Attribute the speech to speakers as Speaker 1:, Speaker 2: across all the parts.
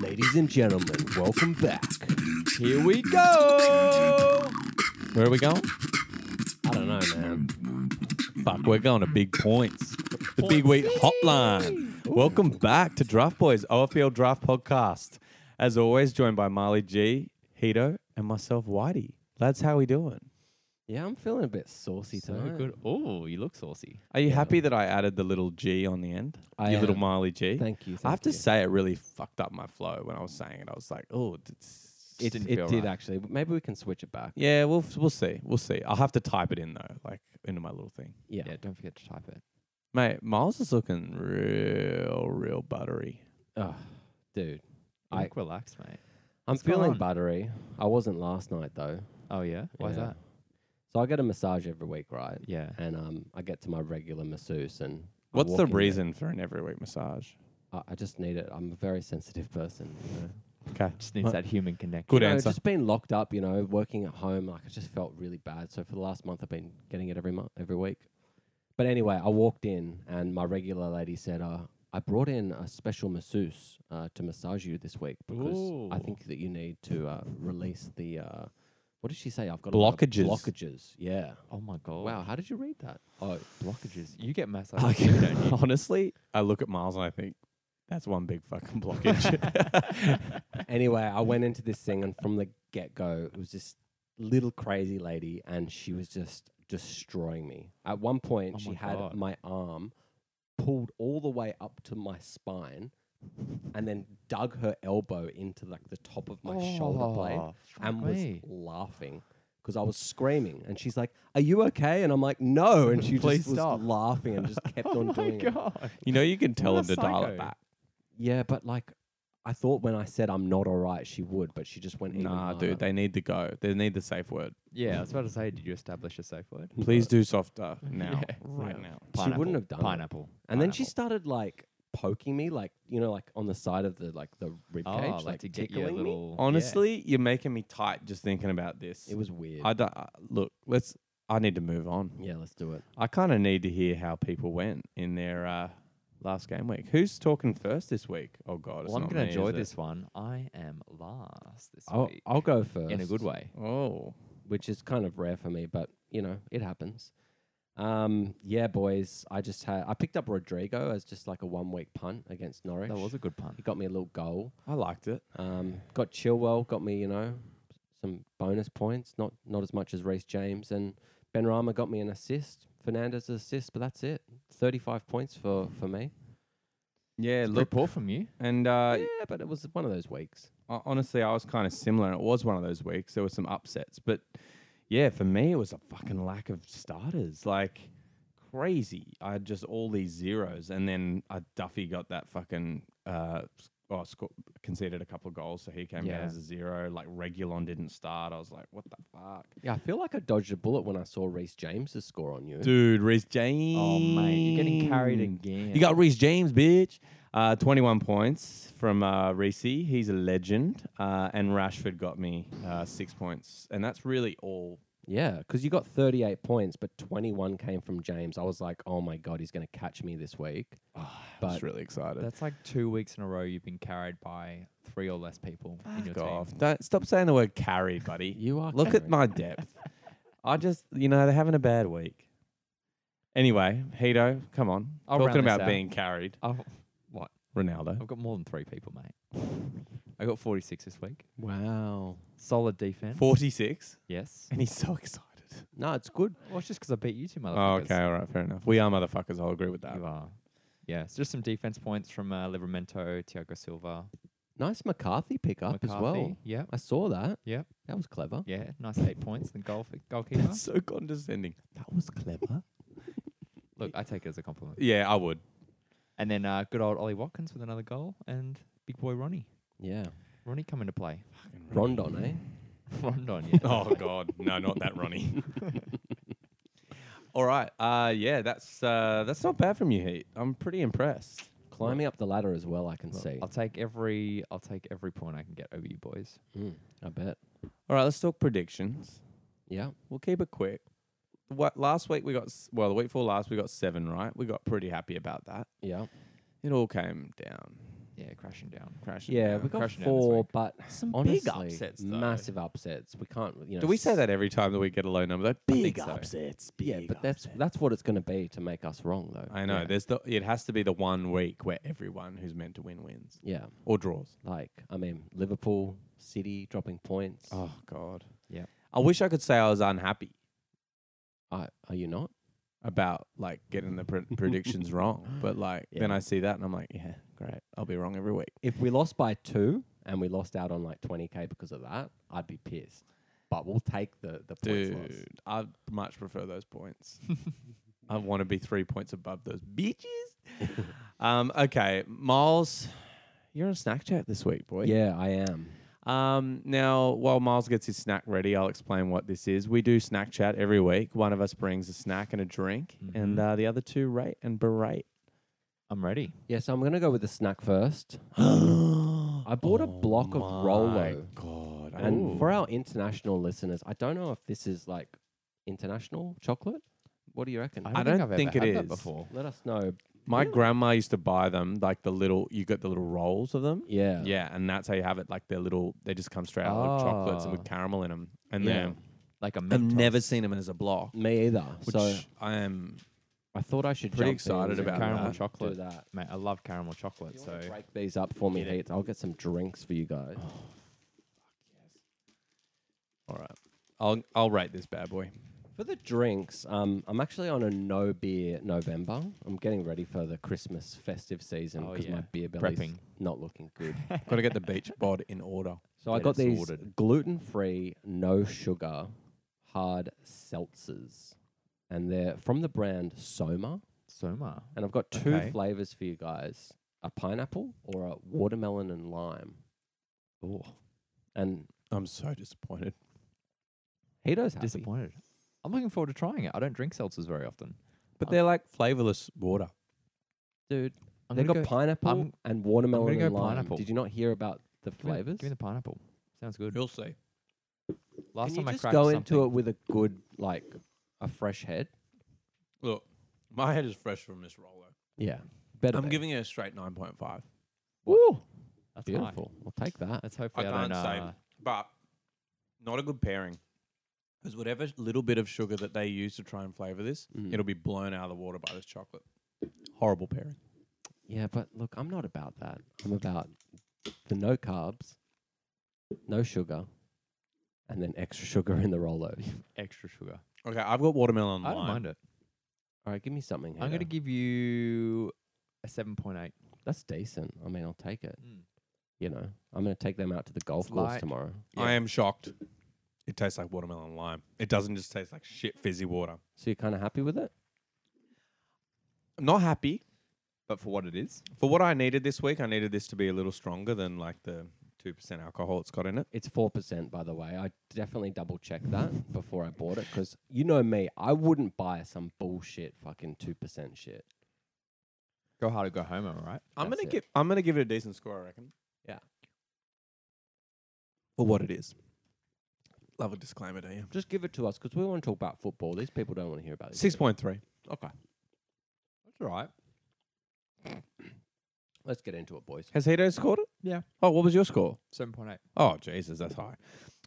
Speaker 1: Ladies and gentlemen, welcome back.
Speaker 2: Here we go.
Speaker 3: Where are we going?
Speaker 2: I don't know, man.
Speaker 3: Fuck, we're going to big points. The Big Wheat Hotline. Welcome back to Draft Boys OFL Draft Podcast. As always, joined by Marley G, Hito, and myself, Whitey. Lads, how we doing?
Speaker 2: Yeah, I'm feeling a bit saucy tonight.
Speaker 3: Oh, you look saucy. Are you happy that I added the little G on the end?
Speaker 2: I
Speaker 3: Your little
Speaker 2: am.
Speaker 3: Marley G.
Speaker 2: Thank you.
Speaker 3: I have
Speaker 2: thank
Speaker 3: to
Speaker 2: you.
Speaker 3: say, it really fucked up my flow when I was saying it. I was like, oh, it just
Speaker 2: it,
Speaker 3: didn't
Speaker 2: it
Speaker 3: feel
Speaker 2: did
Speaker 3: right.
Speaker 2: actually. But Maybe we can switch it back.
Speaker 3: Yeah, we'll we'll see. We'll see. I'll have to type it in though, like into my little thing.
Speaker 2: Yeah.
Speaker 4: don't forget to type it.
Speaker 3: Mate, Miles is looking real, real buttery.
Speaker 2: Oh, dude, I-
Speaker 4: I look relaxed, mate.
Speaker 2: I'm
Speaker 4: going
Speaker 2: feeling
Speaker 4: on?
Speaker 2: buttery. I wasn't last night though.
Speaker 4: Oh yeah, why's
Speaker 2: Yeah.
Speaker 4: that?
Speaker 2: So I get a massage every week, right?
Speaker 4: Yeah,
Speaker 2: And um, I get to my regular masseuse, and I
Speaker 3: What's
Speaker 2: walk
Speaker 3: the
Speaker 2: in there.
Speaker 3: reason for an every week massage?
Speaker 2: I, I just need it. I'm a very sensitive person. You know?
Speaker 3: Okay.
Speaker 4: just needs
Speaker 3: Uh,
Speaker 4: that human connection.
Speaker 3: Good
Speaker 2: No,
Speaker 3: answer.
Speaker 2: just being locked up, you know, working at home, like I just felt really bad. So for the last month, I've been getting it every month, every week. But anyway, I walked in, and my regular lady said, uh, "I brought in a special masseuse uh, to massage you this week because I
Speaker 4: Ooh.
Speaker 2: think that you need to uh, release the uh, what did she say? I've got a lot of
Speaker 3: Blockages.
Speaker 2: Blockages. Yeah.
Speaker 4: Oh my god.
Speaker 2: Wow. How did you read that?
Speaker 4: Oh, blockages. You get massage.
Speaker 3: Okay. Honestly, I look at Miles and I think that's one big fucking blockage.
Speaker 2: anyway, I went into this thing, and from the get go, it was this little crazy lady, and she was just destroying me. At one point,
Speaker 4: Oh
Speaker 2: she
Speaker 4: my
Speaker 2: had
Speaker 4: God.
Speaker 2: my arm pulled all the way up to my spine, and then dug her elbow into like the top of my shoulder blade, and
Speaker 4: Oh, me.
Speaker 2: was laughing. Because I was screaming, and she's like, "Are you okay?" And I'm like, "No," and she
Speaker 4: Please
Speaker 2: just was
Speaker 4: stop. Oh
Speaker 2: laughing and just kept on
Speaker 4: my
Speaker 2: doing it.
Speaker 4: god.
Speaker 3: you know, you can tell
Speaker 4: What
Speaker 3: him
Speaker 4: a
Speaker 3: to dial
Speaker 4: psycho.
Speaker 3: it back.
Speaker 2: Yeah, but like, I thought when I said I'm not all right, she would, but she just went. even
Speaker 3: Nah,
Speaker 2: harder.
Speaker 3: dude, they need to go. They need the safe word.
Speaker 4: Yeah, I was about to say, did you establish a safe word?
Speaker 3: Please do softer now,
Speaker 4: Yeah.
Speaker 3: right
Speaker 2: Yeah.
Speaker 3: now.
Speaker 2: She wouldn't have done it.
Speaker 4: pineapple.
Speaker 2: And then she
Speaker 4: pineapple.
Speaker 2: started like poking me, like you know, like on the side of the like the rib
Speaker 4: Oh,
Speaker 2: cage,
Speaker 4: like,
Speaker 2: like,
Speaker 4: to get you a
Speaker 2: tickling me.
Speaker 4: little. yeah.
Speaker 3: Honestly, you're making me tight just thinking about this.
Speaker 2: It was weird.
Speaker 3: I don't, I- look, let's. I need to move on.
Speaker 2: yeah, let's do it.
Speaker 3: I kind of need to hear how people went in their uh, last game week. Who's talking first this week? Oh God, it's
Speaker 4: Well, I'm
Speaker 3: not
Speaker 4: gonna
Speaker 3: me,
Speaker 4: enjoy
Speaker 3: is it?
Speaker 4: this one. I am last this
Speaker 2: I'll,
Speaker 4: week
Speaker 2: I'll go first
Speaker 4: in a good way.
Speaker 3: Oh,
Speaker 2: which is kind of rare for me, but you know, it happens. Um, yeah, boys, I just had I picked up Rodrigo as just like a one week punt against Norwich.
Speaker 4: That was a good pun.
Speaker 2: he got me a little goal.
Speaker 3: I liked it.
Speaker 2: Um, got Chilwell, got me, you know, some bonus points. Not not as much as Reece James and Ben Rama got me an assist. Fernandez assist, but that's it. Thirty five points for for me.
Speaker 3: Yeah,
Speaker 4: It's pretty
Speaker 3: look,
Speaker 4: poor from you.
Speaker 3: and uh,
Speaker 2: yeah, but it was one of those weeks.
Speaker 3: I- honestly, I was kind of similar. It was one of those weeks. There were some upsets, but yeah, for me, it was a fucking lack of starters, like crazy. I had just all these zeros, and then uh, Duffy got that fucking. Uh, s- Oh, sco- conceded a couple of goals, so he came
Speaker 4: Yeah.
Speaker 3: down as a zero. Like Regulon didn't start. I was like, "What the fuck?"
Speaker 2: Yeah, I feel like I dodged a bullet when I saw Reece James's score on you.
Speaker 3: Dude, Reese James.
Speaker 4: Oh mate, you're getting carried again.
Speaker 3: You got Reese James, bitch. Uh, 21 points from uh, Reese. He's a legend. Uh, and Rashford got me uh, six points. And that's really all.
Speaker 2: Yeah, because you got thirty eight points, but twenty one came from James. I was like, oh my god, he's gonna catch me this week.
Speaker 3: I
Speaker 2: but
Speaker 3: was Ah, really excited.
Speaker 4: That's like two weeks in a row you've been carried by three or less people in your
Speaker 3: Fuck off.
Speaker 4: team.
Speaker 3: Don't, stop saying the word carried, buddy.
Speaker 2: you are
Speaker 3: Look at
Speaker 2: carrying-
Speaker 3: my depth. I just, you know, they're having a bad week. Anyway, Hito, come on.
Speaker 4: I'll round
Speaker 3: Talking
Speaker 4: this
Speaker 3: about
Speaker 4: out.
Speaker 3: being carried.
Speaker 4: I've,
Speaker 3: Ronaldo.
Speaker 4: I've got more than three people, mate. I got 46 this week.
Speaker 2: wow.
Speaker 4: Solid defense.
Speaker 3: 46.
Speaker 4: Yes.
Speaker 3: And he's so excited.
Speaker 2: No, it's good.
Speaker 4: Well, it's just because I beat you two
Speaker 3: Oh,
Speaker 4: motherfuckers.
Speaker 3: okay. All right. Fair enough. We are motherfuckers. I'll agree with that.
Speaker 4: You are. Yeah, it's just some defense points from uh, Livermento, Thiago Silva.
Speaker 2: Nice McCarthy pickup as well.
Speaker 4: McCarthy. Yep.
Speaker 2: I saw that.
Speaker 4: Yep.
Speaker 2: That was clever.
Speaker 4: Yeah, nice eight points. Then goal for goalkeeper.
Speaker 3: That's so condescending.
Speaker 2: That was clever.
Speaker 4: Look, I take it as a compliment.
Speaker 3: Yeah, I would.
Speaker 4: And then uh, good old Ollie Watkins with another goal and big boy Ronnie.
Speaker 2: yeah.
Speaker 4: Ronnie come into play.
Speaker 2: Rondon, eh?
Speaker 3: Mm.
Speaker 4: Rondon, yeah.
Speaker 3: Oh God, no, not that Ronnie. All right, uh, yeah, that's uh, that's not bad from you, Heat. I'm pretty impressed.
Speaker 2: Climbing up the ladder as well, I can see.
Speaker 4: I'll take every I'll take every point I can get over you boys.
Speaker 2: Mm, I bet.
Speaker 3: All right, let's talk predictions.
Speaker 2: Yeah.
Speaker 3: We'll keep it quick. What last week we got? s- Well, the week before last we got seven right. We got pretty happy about that.
Speaker 2: Yeah.
Speaker 3: It all came down
Speaker 4: yeah, crashing down.
Speaker 3: Crashing.
Speaker 2: Yeah,
Speaker 4: down-
Speaker 2: we got
Speaker 4: crashing down this
Speaker 2: four,
Speaker 4: week.
Speaker 2: but
Speaker 3: Some
Speaker 2: honestly,
Speaker 3: big upsets, though.
Speaker 2: massive upsets. We can't, you know.
Speaker 3: Do we say
Speaker 2: s-
Speaker 3: that every time that we get a low number? though? I think so.
Speaker 1: upsets.
Speaker 2: Yeah, but that's that's what it's going to be to make us wrong, though.
Speaker 3: I know.
Speaker 2: Yeah.
Speaker 3: There's the. It has to be the one week where everyone who's meant to win wins
Speaker 2: yeah,
Speaker 3: or draws.
Speaker 2: like I mean, Liverpool, City dropping points.
Speaker 3: Oh God.
Speaker 4: Yeah.
Speaker 3: I wish I could say I was unhappy
Speaker 2: I, are you not?
Speaker 3: about like getting the pred- predictions wrong, but like then
Speaker 2: Yeah.
Speaker 3: I see that and I'm like, yeah, great. I'll be wrong every week.
Speaker 2: If we lost by two and we lost out on like 20k because of that, I'd be pissed. But we'll take the the points loss.
Speaker 3: Dude, I much prefer those points. I want to be three points above those bitches. um, okay, Miles, you're on snack chat this week, boy.
Speaker 2: Yeah, I am.
Speaker 3: Um, now, while Miles gets his snack ready, I'll explain what this is. We do snack chat every week. One of us brings a snack and a drink,
Speaker 2: Mm-hmm.
Speaker 3: and
Speaker 4: Mhm.
Speaker 3: uh, the other two rate and berate.
Speaker 4: I'm ready.
Speaker 2: Yeah, so I'm going to go with the snack first.
Speaker 3: I
Speaker 2: bought a block of Rolo.
Speaker 3: Oh God,
Speaker 2: And for our international listeners, I don't know if this is like international chocolate. What do you reckon?
Speaker 3: I don't think it
Speaker 4: I've ever had that
Speaker 3: is.
Speaker 4: before.
Speaker 2: Let us know.
Speaker 3: my grandma used to buy them, like the little you got the little rolls of them.
Speaker 2: Yeah.
Speaker 3: Yeah, and that's how you have it. Like they're little, they just come straight out of little chocolates and
Speaker 4: Ah.
Speaker 3: with caramel in them. And
Speaker 2: Yeah.
Speaker 3: then
Speaker 4: Like a
Speaker 3: I've
Speaker 4: mint
Speaker 3: never
Speaker 4: toast.
Speaker 3: seen them as a block,
Speaker 2: Me either.
Speaker 3: which
Speaker 2: so
Speaker 3: I am
Speaker 2: I thought I should jump
Speaker 3: pretty
Speaker 2: in
Speaker 3: excited
Speaker 2: and
Speaker 3: about
Speaker 4: caramel
Speaker 3: that.
Speaker 2: do
Speaker 4: chocolate.
Speaker 2: that.
Speaker 4: Mate, I love caramel chocolate.
Speaker 2: You
Speaker 4: So
Speaker 2: wanna break Oh. these up for me,
Speaker 3: Get it.
Speaker 2: Heath. I'll get some drinks for you guys.
Speaker 3: All right, I'll I'll rate this bad boy.
Speaker 2: For the drinks, um, I'm actually on a no beer November. I'm getting ready for the Christmas festive season
Speaker 4: Oh,
Speaker 2: because my
Speaker 4: yeah.
Speaker 2: beer belly's
Speaker 4: Prepping.
Speaker 2: not looking good.
Speaker 3: Got to get the beach bod in order.
Speaker 2: So I
Speaker 4: Get
Speaker 2: got
Speaker 4: it
Speaker 2: these
Speaker 4: sorted.
Speaker 2: gluten free, no sugar, hard seltzers. And they're from the brand Soma.
Speaker 4: Soma.
Speaker 2: And I've got two
Speaker 3: Okay.
Speaker 2: flavors for you guys a pineapple or a watermelon and lime. Oh. And
Speaker 3: I'm so disappointed.
Speaker 2: Hito's happy.
Speaker 4: Disappointed. I'm looking forward to trying it. I don't drink seltzers very often.
Speaker 3: But they're like flavorless water.
Speaker 2: Dude,
Speaker 4: I'm
Speaker 2: they
Speaker 4: gonna
Speaker 2: got
Speaker 4: go-
Speaker 2: pineapple
Speaker 4: I'm-
Speaker 2: and watermelon
Speaker 4: go
Speaker 2: and lime.
Speaker 4: pineapple.
Speaker 2: Did you not hear about the
Speaker 4: Give me-
Speaker 2: flavors?
Speaker 4: Give me the pineapple. Sounds good.
Speaker 3: You'll see.
Speaker 4: Last
Speaker 2: Can
Speaker 4: time
Speaker 2: you
Speaker 4: I
Speaker 2: just
Speaker 4: cracked
Speaker 2: go
Speaker 4: something,
Speaker 2: into it with a good, like, a fresh head?
Speaker 3: Look, my head is fresh from this roller.
Speaker 2: Yeah. Better.
Speaker 3: I'm
Speaker 2: than-
Speaker 3: giving it a straight 9.5.
Speaker 2: Ooh,
Speaker 4: That's beautiful.
Speaker 2: beautiful. I'll take that.
Speaker 4: Let's hopefully I,
Speaker 3: can't
Speaker 4: don't
Speaker 3: say.
Speaker 4: uh,
Speaker 3: but not a good pairing. Because whatever little bit of sugar that they use to try and flavor this,
Speaker 2: Mm.
Speaker 3: it'll be blown out of the water by this chocolate. Horrible pairing.
Speaker 2: Yeah, but look, I'm not about that. I'm about the no carbs, no sugar, and then extra sugar in the Rolo.
Speaker 4: extra sugar.
Speaker 3: Okay, I've got watermelon
Speaker 4: I
Speaker 3: lime.
Speaker 4: don't mind it.
Speaker 2: All right, give me something.
Speaker 4: I'm going
Speaker 2: Hader.
Speaker 4: to give you a 7.8.
Speaker 2: That's decent. I mean, I'll take it.
Speaker 4: Mm.
Speaker 2: You know, I'm going to take them out to the golf
Speaker 4: It's
Speaker 2: course
Speaker 4: light.
Speaker 2: tomorrow.
Speaker 3: I am shocked. It tastes like watermelon lime. It doesn't just taste like shit fizzy water.
Speaker 2: So you're kind of happy with it?
Speaker 3: I'm not happy.
Speaker 4: But for what it is,
Speaker 3: For what I needed this week, I needed this to be a little stronger than like the 2% alcohol it's got in it.
Speaker 2: It's four percent, by the way. I definitely double checked that before I bought it because you know me, I wouldn't buy some bullshit fucking two percent shit.
Speaker 4: go hard or go home, all right?
Speaker 3: I'm
Speaker 2: That's
Speaker 3: gonna
Speaker 2: it.
Speaker 3: give I'm gonna give it a decent score, I reckon.
Speaker 2: Yeah.
Speaker 3: For what it is. Love a disclaimer, do you?
Speaker 2: Just give it to us because we want to talk about football. These people don't want to hear about this.
Speaker 3: Six point three.
Speaker 2: Okay,
Speaker 4: That's all right.
Speaker 2: let's get into it, boys.
Speaker 3: Has Hito scored it?
Speaker 4: Yeah.
Speaker 3: Oh, what was your score?
Speaker 4: 7.8.
Speaker 3: Oh Jesus, that's high.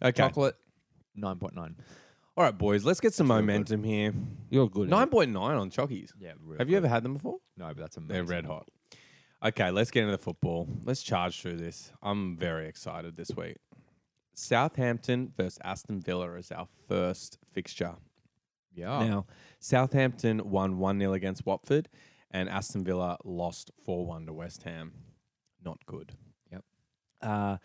Speaker 3: Okay.
Speaker 4: Chocolate, 9.9.
Speaker 3: All right, boys, let's get some
Speaker 4: That's really
Speaker 3: momentum here.
Speaker 2: You're good.
Speaker 3: Nine point nine on Chockies.
Speaker 4: Yeah, real
Speaker 3: Have you
Speaker 4: good.
Speaker 3: ever had them before?
Speaker 4: No, but that's amazing.
Speaker 3: They're red hot. Okay, let's get into the football. Let's charge through this. I'm very excited this week. Southampton versus Aston Villa is our first fixture.
Speaker 2: Oh.
Speaker 4: Yeah.
Speaker 3: Now, Southampton won 1 0 against Watford, and Aston Villa lost 4 1 to West Ham. Not good.
Speaker 4: Yep.
Speaker 3: Uh,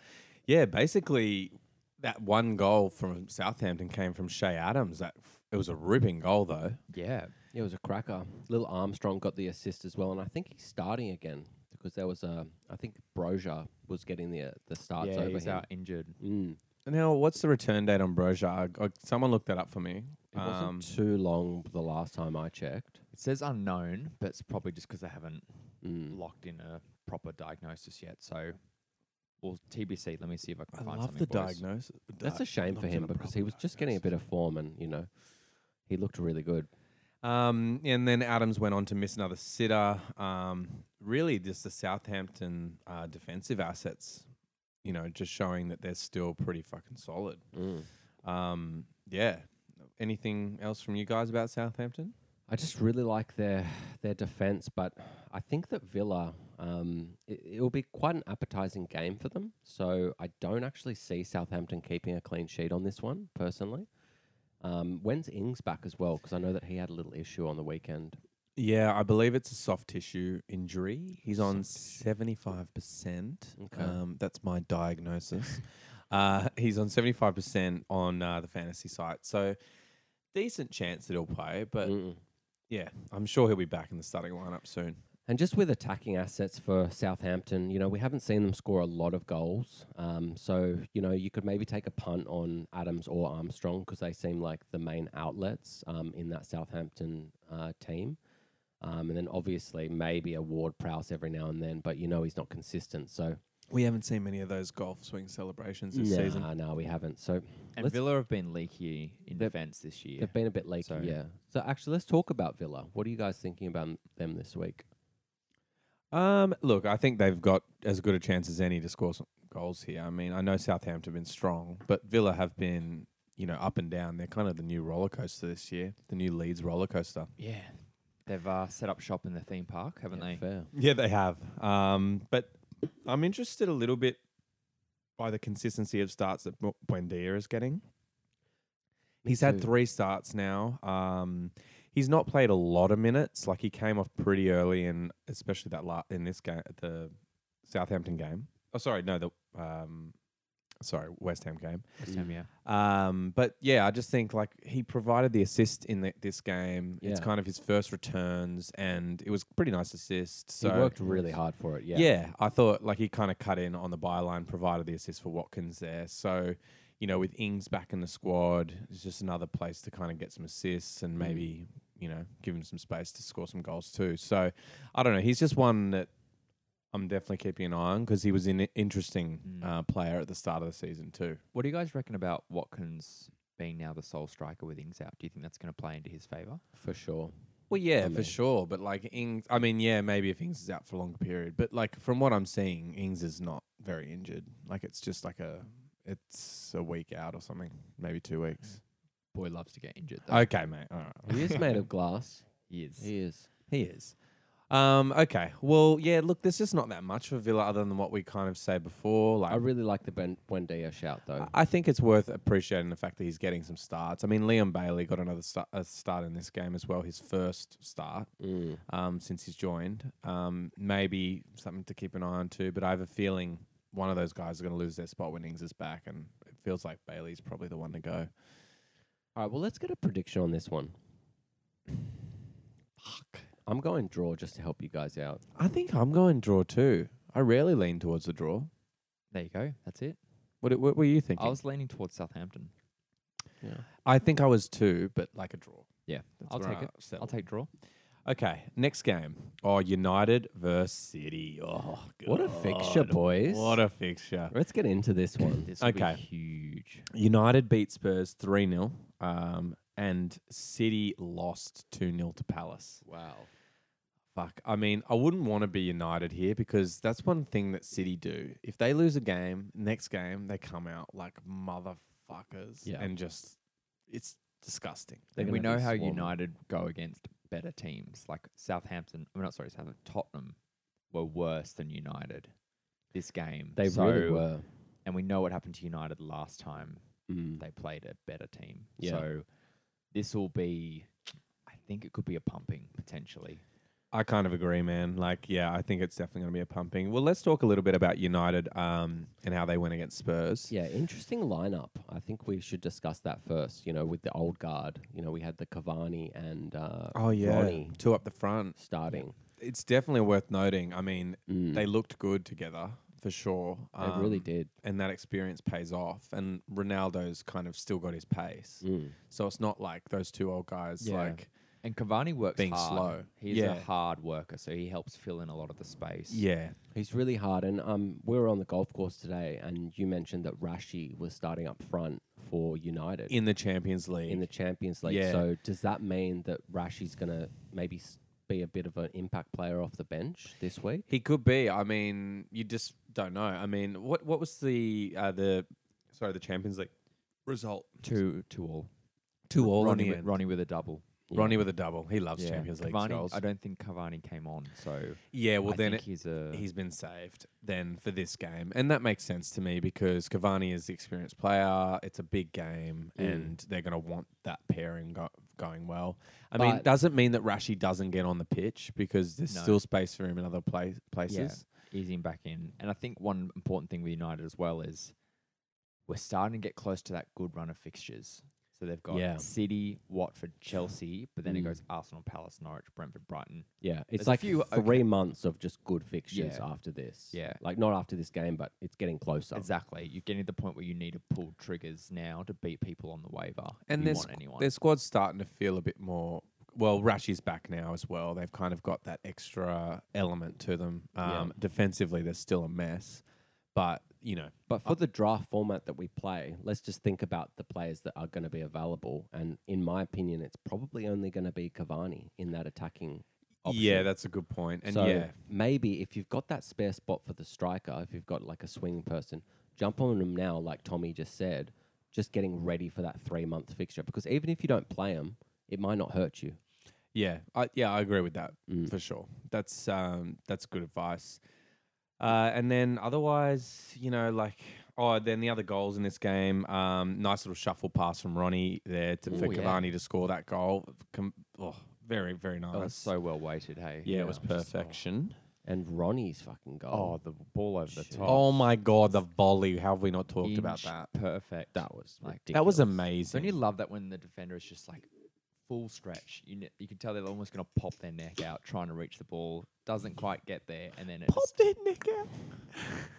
Speaker 3: yeah, basically, that one goal from Southampton came from Shea Adams. That It was a ripping goal, though.
Speaker 4: yeah.
Speaker 2: Yeah, it was a cracker. Little Armstrong got the assist as well, and I think he's starting again because there was a. I think Brozier was getting the uh, the starts
Speaker 4: yeah,
Speaker 2: over
Speaker 4: he's
Speaker 2: him.
Speaker 4: out injured.
Speaker 2: Mm.
Speaker 3: Now, what's the return date on Broja? I- I- Someone looked that up for me.
Speaker 2: It
Speaker 3: Um,
Speaker 2: wasn't too long the last time I checked.
Speaker 4: It says unknown, but it's probably just because they haven't
Speaker 2: Mm.
Speaker 4: locked in a proper diagnosis yet. So, well, TBC. Let me see if I can
Speaker 3: I
Speaker 4: find
Speaker 3: love
Speaker 4: something.
Speaker 3: the
Speaker 4: boys.
Speaker 3: diagnosis.
Speaker 2: That's a shame for
Speaker 3: locked
Speaker 2: him
Speaker 3: in a
Speaker 2: because he
Speaker 3: proper
Speaker 2: was just getting a bit of form, and you know, he looked really good.
Speaker 3: Um, and then Adams went on to miss another sitter. Um, really just the Southampton uh, defensive assets, you know, just showing that they're still pretty fucking solid.
Speaker 2: Mm.
Speaker 3: Um, yeah. Anything else from you guys about Southampton?
Speaker 2: I just really like their their defense, but I think that Villa um, it, it'll be quite an appetizing game for them. So I don't actually see Southampton keeping a clean sheet on this one personally. Um, when's Ings back as well? Because I know that he had a little issue on the weekend.
Speaker 3: Yeah, I believe it's a soft tissue injury. He's on seventy five percent.
Speaker 2: Okay.
Speaker 3: Um, that's my diagnosis. uh, he's on seventy five percent on uh, the fantasy site, so decent chance that he'll play. But
Speaker 2: Mm.
Speaker 3: yeah, I'm sure he'll be back in the starting lineup soon.
Speaker 2: And just with attacking assets for Southampton, you know, we haven't seen them score a lot of goals. Um, so, you know, you could maybe take a punt on Adams or Armstrong because they seem like the main outlets um, in that Southampton uh, team. Um, and then obviously maybe a Ward Prowse every now and then, but you know he's not consistent. So,
Speaker 3: We haven't seen many of those golf swing celebrations this season.
Speaker 2: uh, no, no, we haven't. So,
Speaker 4: And
Speaker 2: Let's-
Speaker 4: Villa have been leaky in
Speaker 2: They've-
Speaker 4: defence this year.
Speaker 2: they've been a bit leaky,
Speaker 4: So-
Speaker 2: yeah. So, actually, let's talk about Villa. What are you guys thinking about m- them this week?
Speaker 3: Um, look, I think they've got as good a chance as any to score some goals here. I mean, I know Southampton have been strong, but Villa have been, you know, up and down. They're kind of the new roller coaster this year, the new Leeds roller coaster.
Speaker 4: yeah, they've uh, set up shop in the theme park, haven't
Speaker 2: Yeah,
Speaker 4: they?
Speaker 2: Fair.
Speaker 3: Yeah, they have. Um, but I'm interested a little bit by the consistency of starts that Bu- Buendia is getting.
Speaker 2: Me
Speaker 3: He's had
Speaker 2: too.
Speaker 3: three starts now. Um, he's not played a lot of minutes. Like he came off pretty early, and especially that la- in this game, the Southampton game. Oh, sorry, no, the um, sorry, West Ham game.
Speaker 4: West Ham, yeah.
Speaker 3: Um, but yeah, I just think like he provided the assist in the, this game. It's
Speaker 2: Yeah.
Speaker 3: kind of his first returns, and it was pretty nice assist. So
Speaker 2: he worked really hard for it, yeah.
Speaker 3: yeah. I thought like he kind of cut in on the byline, provided the assist for Watkins there. So, you know, with Ings back in the squad, it's just another place to kind of get some assists and maybe, you know, give him some space to score some goals too. So, I don't know. He's just one that I'm definitely keeping an eye on because he was an i- interesting
Speaker 4: Mm.
Speaker 3: uh, player at the start of the season too.
Speaker 4: What do you guys reckon about Watkins being now the sole striker with Ings out? Do you think that's going to play into his favour?
Speaker 2: For sure.
Speaker 3: Well, yeah,
Speaker 2: I
Speaker 3: for
Speaker 2: mean.
Speaker 3: sure. But like Ings, I mean, yeah, maybe if Ings is out for a longer period, but like from what I'm seeing, Ings is not very injured. Like it's just like a, it's a week out or something, maybe two weeks.
Speaker 4: Boy loves to get injured. Though.
Speaker 3: Okay, mate. All right.
Speaker 2: He is made of glass.
Speaker 4: He is.
Speaker 2: He is.
Speaker 3: He is. Um, okay. Well, yeah. Look, there's just not that much for Villa other than what we kind of say before. Like,
Speaker 2: I really like the ben- Buendia shout though.
Speaker 3: I- I think it's worth appreciating the fact that he's getting some starts. I mean, Liam Bailey got another sta- a start in this game as well, his first start.
Speaker 2: Mm.
Speaker 3: um, since he's joined. Um, maybe something to keep an eye on too. But I have a feeling one of those guys is going to lose their spot when Ings is back, and it feels like Bailey's probably the one to go.
Speaker 2: All right, well, let's get a prediction on this one. Fuck. I'm going draw just to help you guys out.
Speaker 3: I think I'm going draw too. I rarely lean towards the draw.
Speaker 4: There you go. That's it.
Speaker 3: What, what were you thinking?
Speaker 4: I was leaning towards Southampton.
Speaker 2: Yeah.
Speaker 3: I think I was too, but like a draw.
Speaker 4: Yeah,
Speaker 3: That's
Speaker 4: I'll
Speaker 3: where
Speaker 4: take
Speaker 3: I
Speaker 4: it. I'll
Speaker 3: settled.
Speaker 4: take draw.
Speaker 3: Okay, next game. Oh, United versus City. Oh, God.
Speaker 2: What a fixture, boys.
Speaker 3: What a fixture.
Speaker 2: Let's get into this one.
Speaker 4: This will
Speaker 3: Okay.
Speaker 4: be huge.
Speaker 3: United beat Spurs 3 0, um, and City lost 2 0 to Palace.
Speaker 2: wow.
Speaker 3: Fuck. I mean, I wouldn't want to be United here because that's one thing that City do. If they lose a game, next game they come out like motherfuckers
Speaker 2: Yeah.
Speaker 3: and just it's disgusting.
Speaker 2: They're
Speaker 4: And we
Speaker 2: gonna
Speaker 4: know
Speaker 2: be
Speaker 4: how
Speaker 2: swarming.
Speaker 4: United go against better teams. Like Southampton, I'm not sorry, Southampton, Tottenham were worse than United this game.
Speaker 2: They
Speaker 4: so,
Speaker 2: really were.
Speaker 4: And we know what happened to United last time
Speaker 2: Mm.
Speaker 4: they played a better team.
Speaker 2: Yeah.
Speaker 4: So this will be, I think it could be a pumping potentially.
Speaker 3: I kind of agree, man. Like, yeah, I think it's definitely going to be a pumping. Well, let's talk a little bit about United um, and how they went against Spurs.
Speaker 2: Yeah, interesting lineup. I think we should discuss that first. You know, with the old guard. You know, we had the Cavani and uh,
Speaker 3: Oh yeah,
Speaker 2: Ronnie
Speaker 3: two up the front.
Speaker 2: starting.
Speaker 3: It's definitely worth noting. I mean,
Speaker 2: Mm.
Speaker 3: they looked good together for sure.
Speaker 2: they really
Speaker 3: Um,
Speaker 2: did.
Speaker 3: and that experience pays off. And Ronaldo's kind of still got his pace,
Speaker 2: Mm.
Speaker 3: so it's not like those two old guys
Speaker 4: Yeah.
Speaker 3: like
Speaker 4: And Cavani works
Speaker 3: Being
Speaker 4: hard.
Speaker 3: slow.
Speaker 4: He's
Speaker 3: Yeah.
Speaker 4: a hard worker, so he helps fill in a lot of the space.
Speaker 3: yeah.
Speaker 2: He's really hard, and um, we were on the golf course today, and you mentioned that Rashi was starting up front for United in,
Speaker 3: in the Champions League.
Speaker 2: the Champions League.
Speaker 3: Yeah.
Speaker 2: So does that mean that Rashi's going to maybe s- be a bit of an impact player off the bench this week.
Speaker 3: He could be. I mean, you just don't know. I mean, what what was the uh, the sorry the Champions League result?
Speaker 4: Two, two all.
Speaker 3: Two all
Speaker 4: Ronnie, with, Ronnie with a double.
Speaker 3: Ronnie with a double. He loves Champions League
Speaker 4: Cavani,
Speaker 3: goals.
Speaker 4: I don't think Cavani came on, so
Speaker 3: Yeah, well
Speaker 4: I
Speaker 3: then
Speaker 4: think
Speaker 3: it,
Speaker 4: he's uh, a
Speaker 3: he's been saved then for this game, and that makes sense to me because Cavani is the experienced player. It's a big game,
Speaker 2: Mm.
Speaker 3: and they're going to want that pairing go- going well. I mean,
Speaker 2: But-
Speaker 3: doesn't mean that Rashi doesn't get on the pitch because there's
Speaker 4: No.
Speaker 3: still space for him in other pla- places.
Speaker 4: easing back in. And I think one important thing with United as well is we're starting to get close to that good run of fixtures. So they've got
Speaker 2: Yeah.
Speaker 4: City, Watford, Chelsea, but then it
Speaker 2: Mm.
Speaker 4: goes Arsenal, Palace, Norwich, Brentford, Brighton.
Speaker 2: Yeah, it's
Speaker 4: a
Speaker 2: like
Speaker 4: few-
Speaker 2: three
Speaker 4: okay.
Speaker 2: months of just good fixtures
Speaker 4: Yeah.
Speaker 2: after this.
Speaker 4: Yeah.
Speaker 2: like not after this game, but it's getting closer.
Speaker 4: Exactly. You're getting to the point where you need to pull triggers now to beat people on the waiver.
Speaker 3: And
Speaker 4: if you
Speaker 3: there's
Speaker 4: want anyone.
Speaker 3: their squad's starting to feel a bit more. Well, Rashi's back now as well. They've kind of got that extra element to them.
Speaker 2: Yeah.
Speaker 3: Um, Defensively, they're still a mess, but you know,
Speaker 2: But
Speaker 4: uh
Speaker 2: for the draft format that we play, let's just think about the players that are going to be available. And in my opinion, it's probably only going to be Cavani in that attacking. Option.
Speaker 3: yeah, that's a good point. And
Speaker 2: so
Speaker 3: yeah,
Speaker 2: maybe if you've got that spare spot for the striker, if you've got like a swing person, jump on him now, like Tommy just said, just getting ready for that three month fixture. Because even if you don't play him, it might not hurt you.
Speaker 3: Yeah, I, yeah, I agree with that
Speaker 2: Mm.
Speaker 3: for sure. That's um, that's good advice. Uh, and then otherwise, you know, like oh, then the other goals in this game. Um, nice little shuffle pass from Ronnie there to for
Speaker 4: Ooh, yeah.
Speaker 3: Cavani to score that goal. Com- oh, very very nice.
Speaker 4: oh, it's so well weighted, hey.
Speaker 3: yeah, it was
Speaker 4: Just- oh.
Speaker 3: perfection.
Speaker 2: And Ronnie's fucking
Speaker 4: Oh,
Speaker 2: goal.
Speaker 4: the ball over the
Speaker 2: Shit.
Speaker 4: top.
Speaker 3: Oh my god, the volley! How have we not talked about
Speaker 4: Inch
Speaker 3: that?
Speaker 4: Perfect.
Speaker 2: that was
Speaker 4: Like,
Speaker 2: ridiculous.
Speaker 3: That was
Speaker 4: Don't you
Speaker 3: amazing.
Speaker 4: love that when the defender is just like full stretch? You kn- you can tell they're almost going to pop their neck out trying to reach the ball, doesn't quite get there, and then it
Speaker 3: Pop
Speaker 4: just,
Speaker 3: their neck out.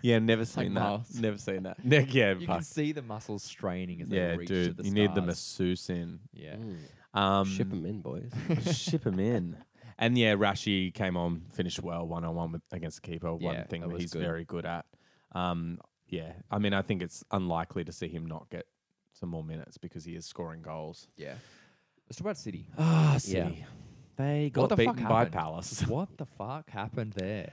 Speaker 3: yeah, never seen that.
Speaker 4: Miles.
Speaker 3: Never seen that. Neck, yeah,
Speaker 4: you
Speaker 3: fuck.
Speaker 4: can see the muscles straining as they
Speaker 3: yeah,
Speaker 4: reach
Speaker 3: dude.
Speaker 4: to the
Speaker 3: you need the
Speaker 4: stars.
Speaker 3: masseuse in.
Speaker 4: yeah.
Speaker 2: Mm.
Speaker 4: Oh,
Speaker 3: Um,
Speaker 2: Ship him in, boys.
Speaker 3: ship him in. And yeah, Rashi came on, finished well one on one against the keeper. One
Speaker 4: Yeah,
Speaker 3: thing
Speaker 4: that
Speaker 3: that
Speaker 4: was
Speaker 3: he's
Speaker 4: good.
Speaker 3: very good at. Um, yeah, I mean, I think it's unlikely to see him not get some more minutes because he is scoring goals.
Speaker 4: Yeah. Let's talk about City.
Speaker 3: Ah,
Speaker 2: City.
Speaker 3: They
Speaker 4: What
Speaker 3: got
Speaker 4: the fuck
Speaker 3: beaten by
Speaker 4: happened?
Speaker 3: Palace.
Speaker 4: what the fuck happened there?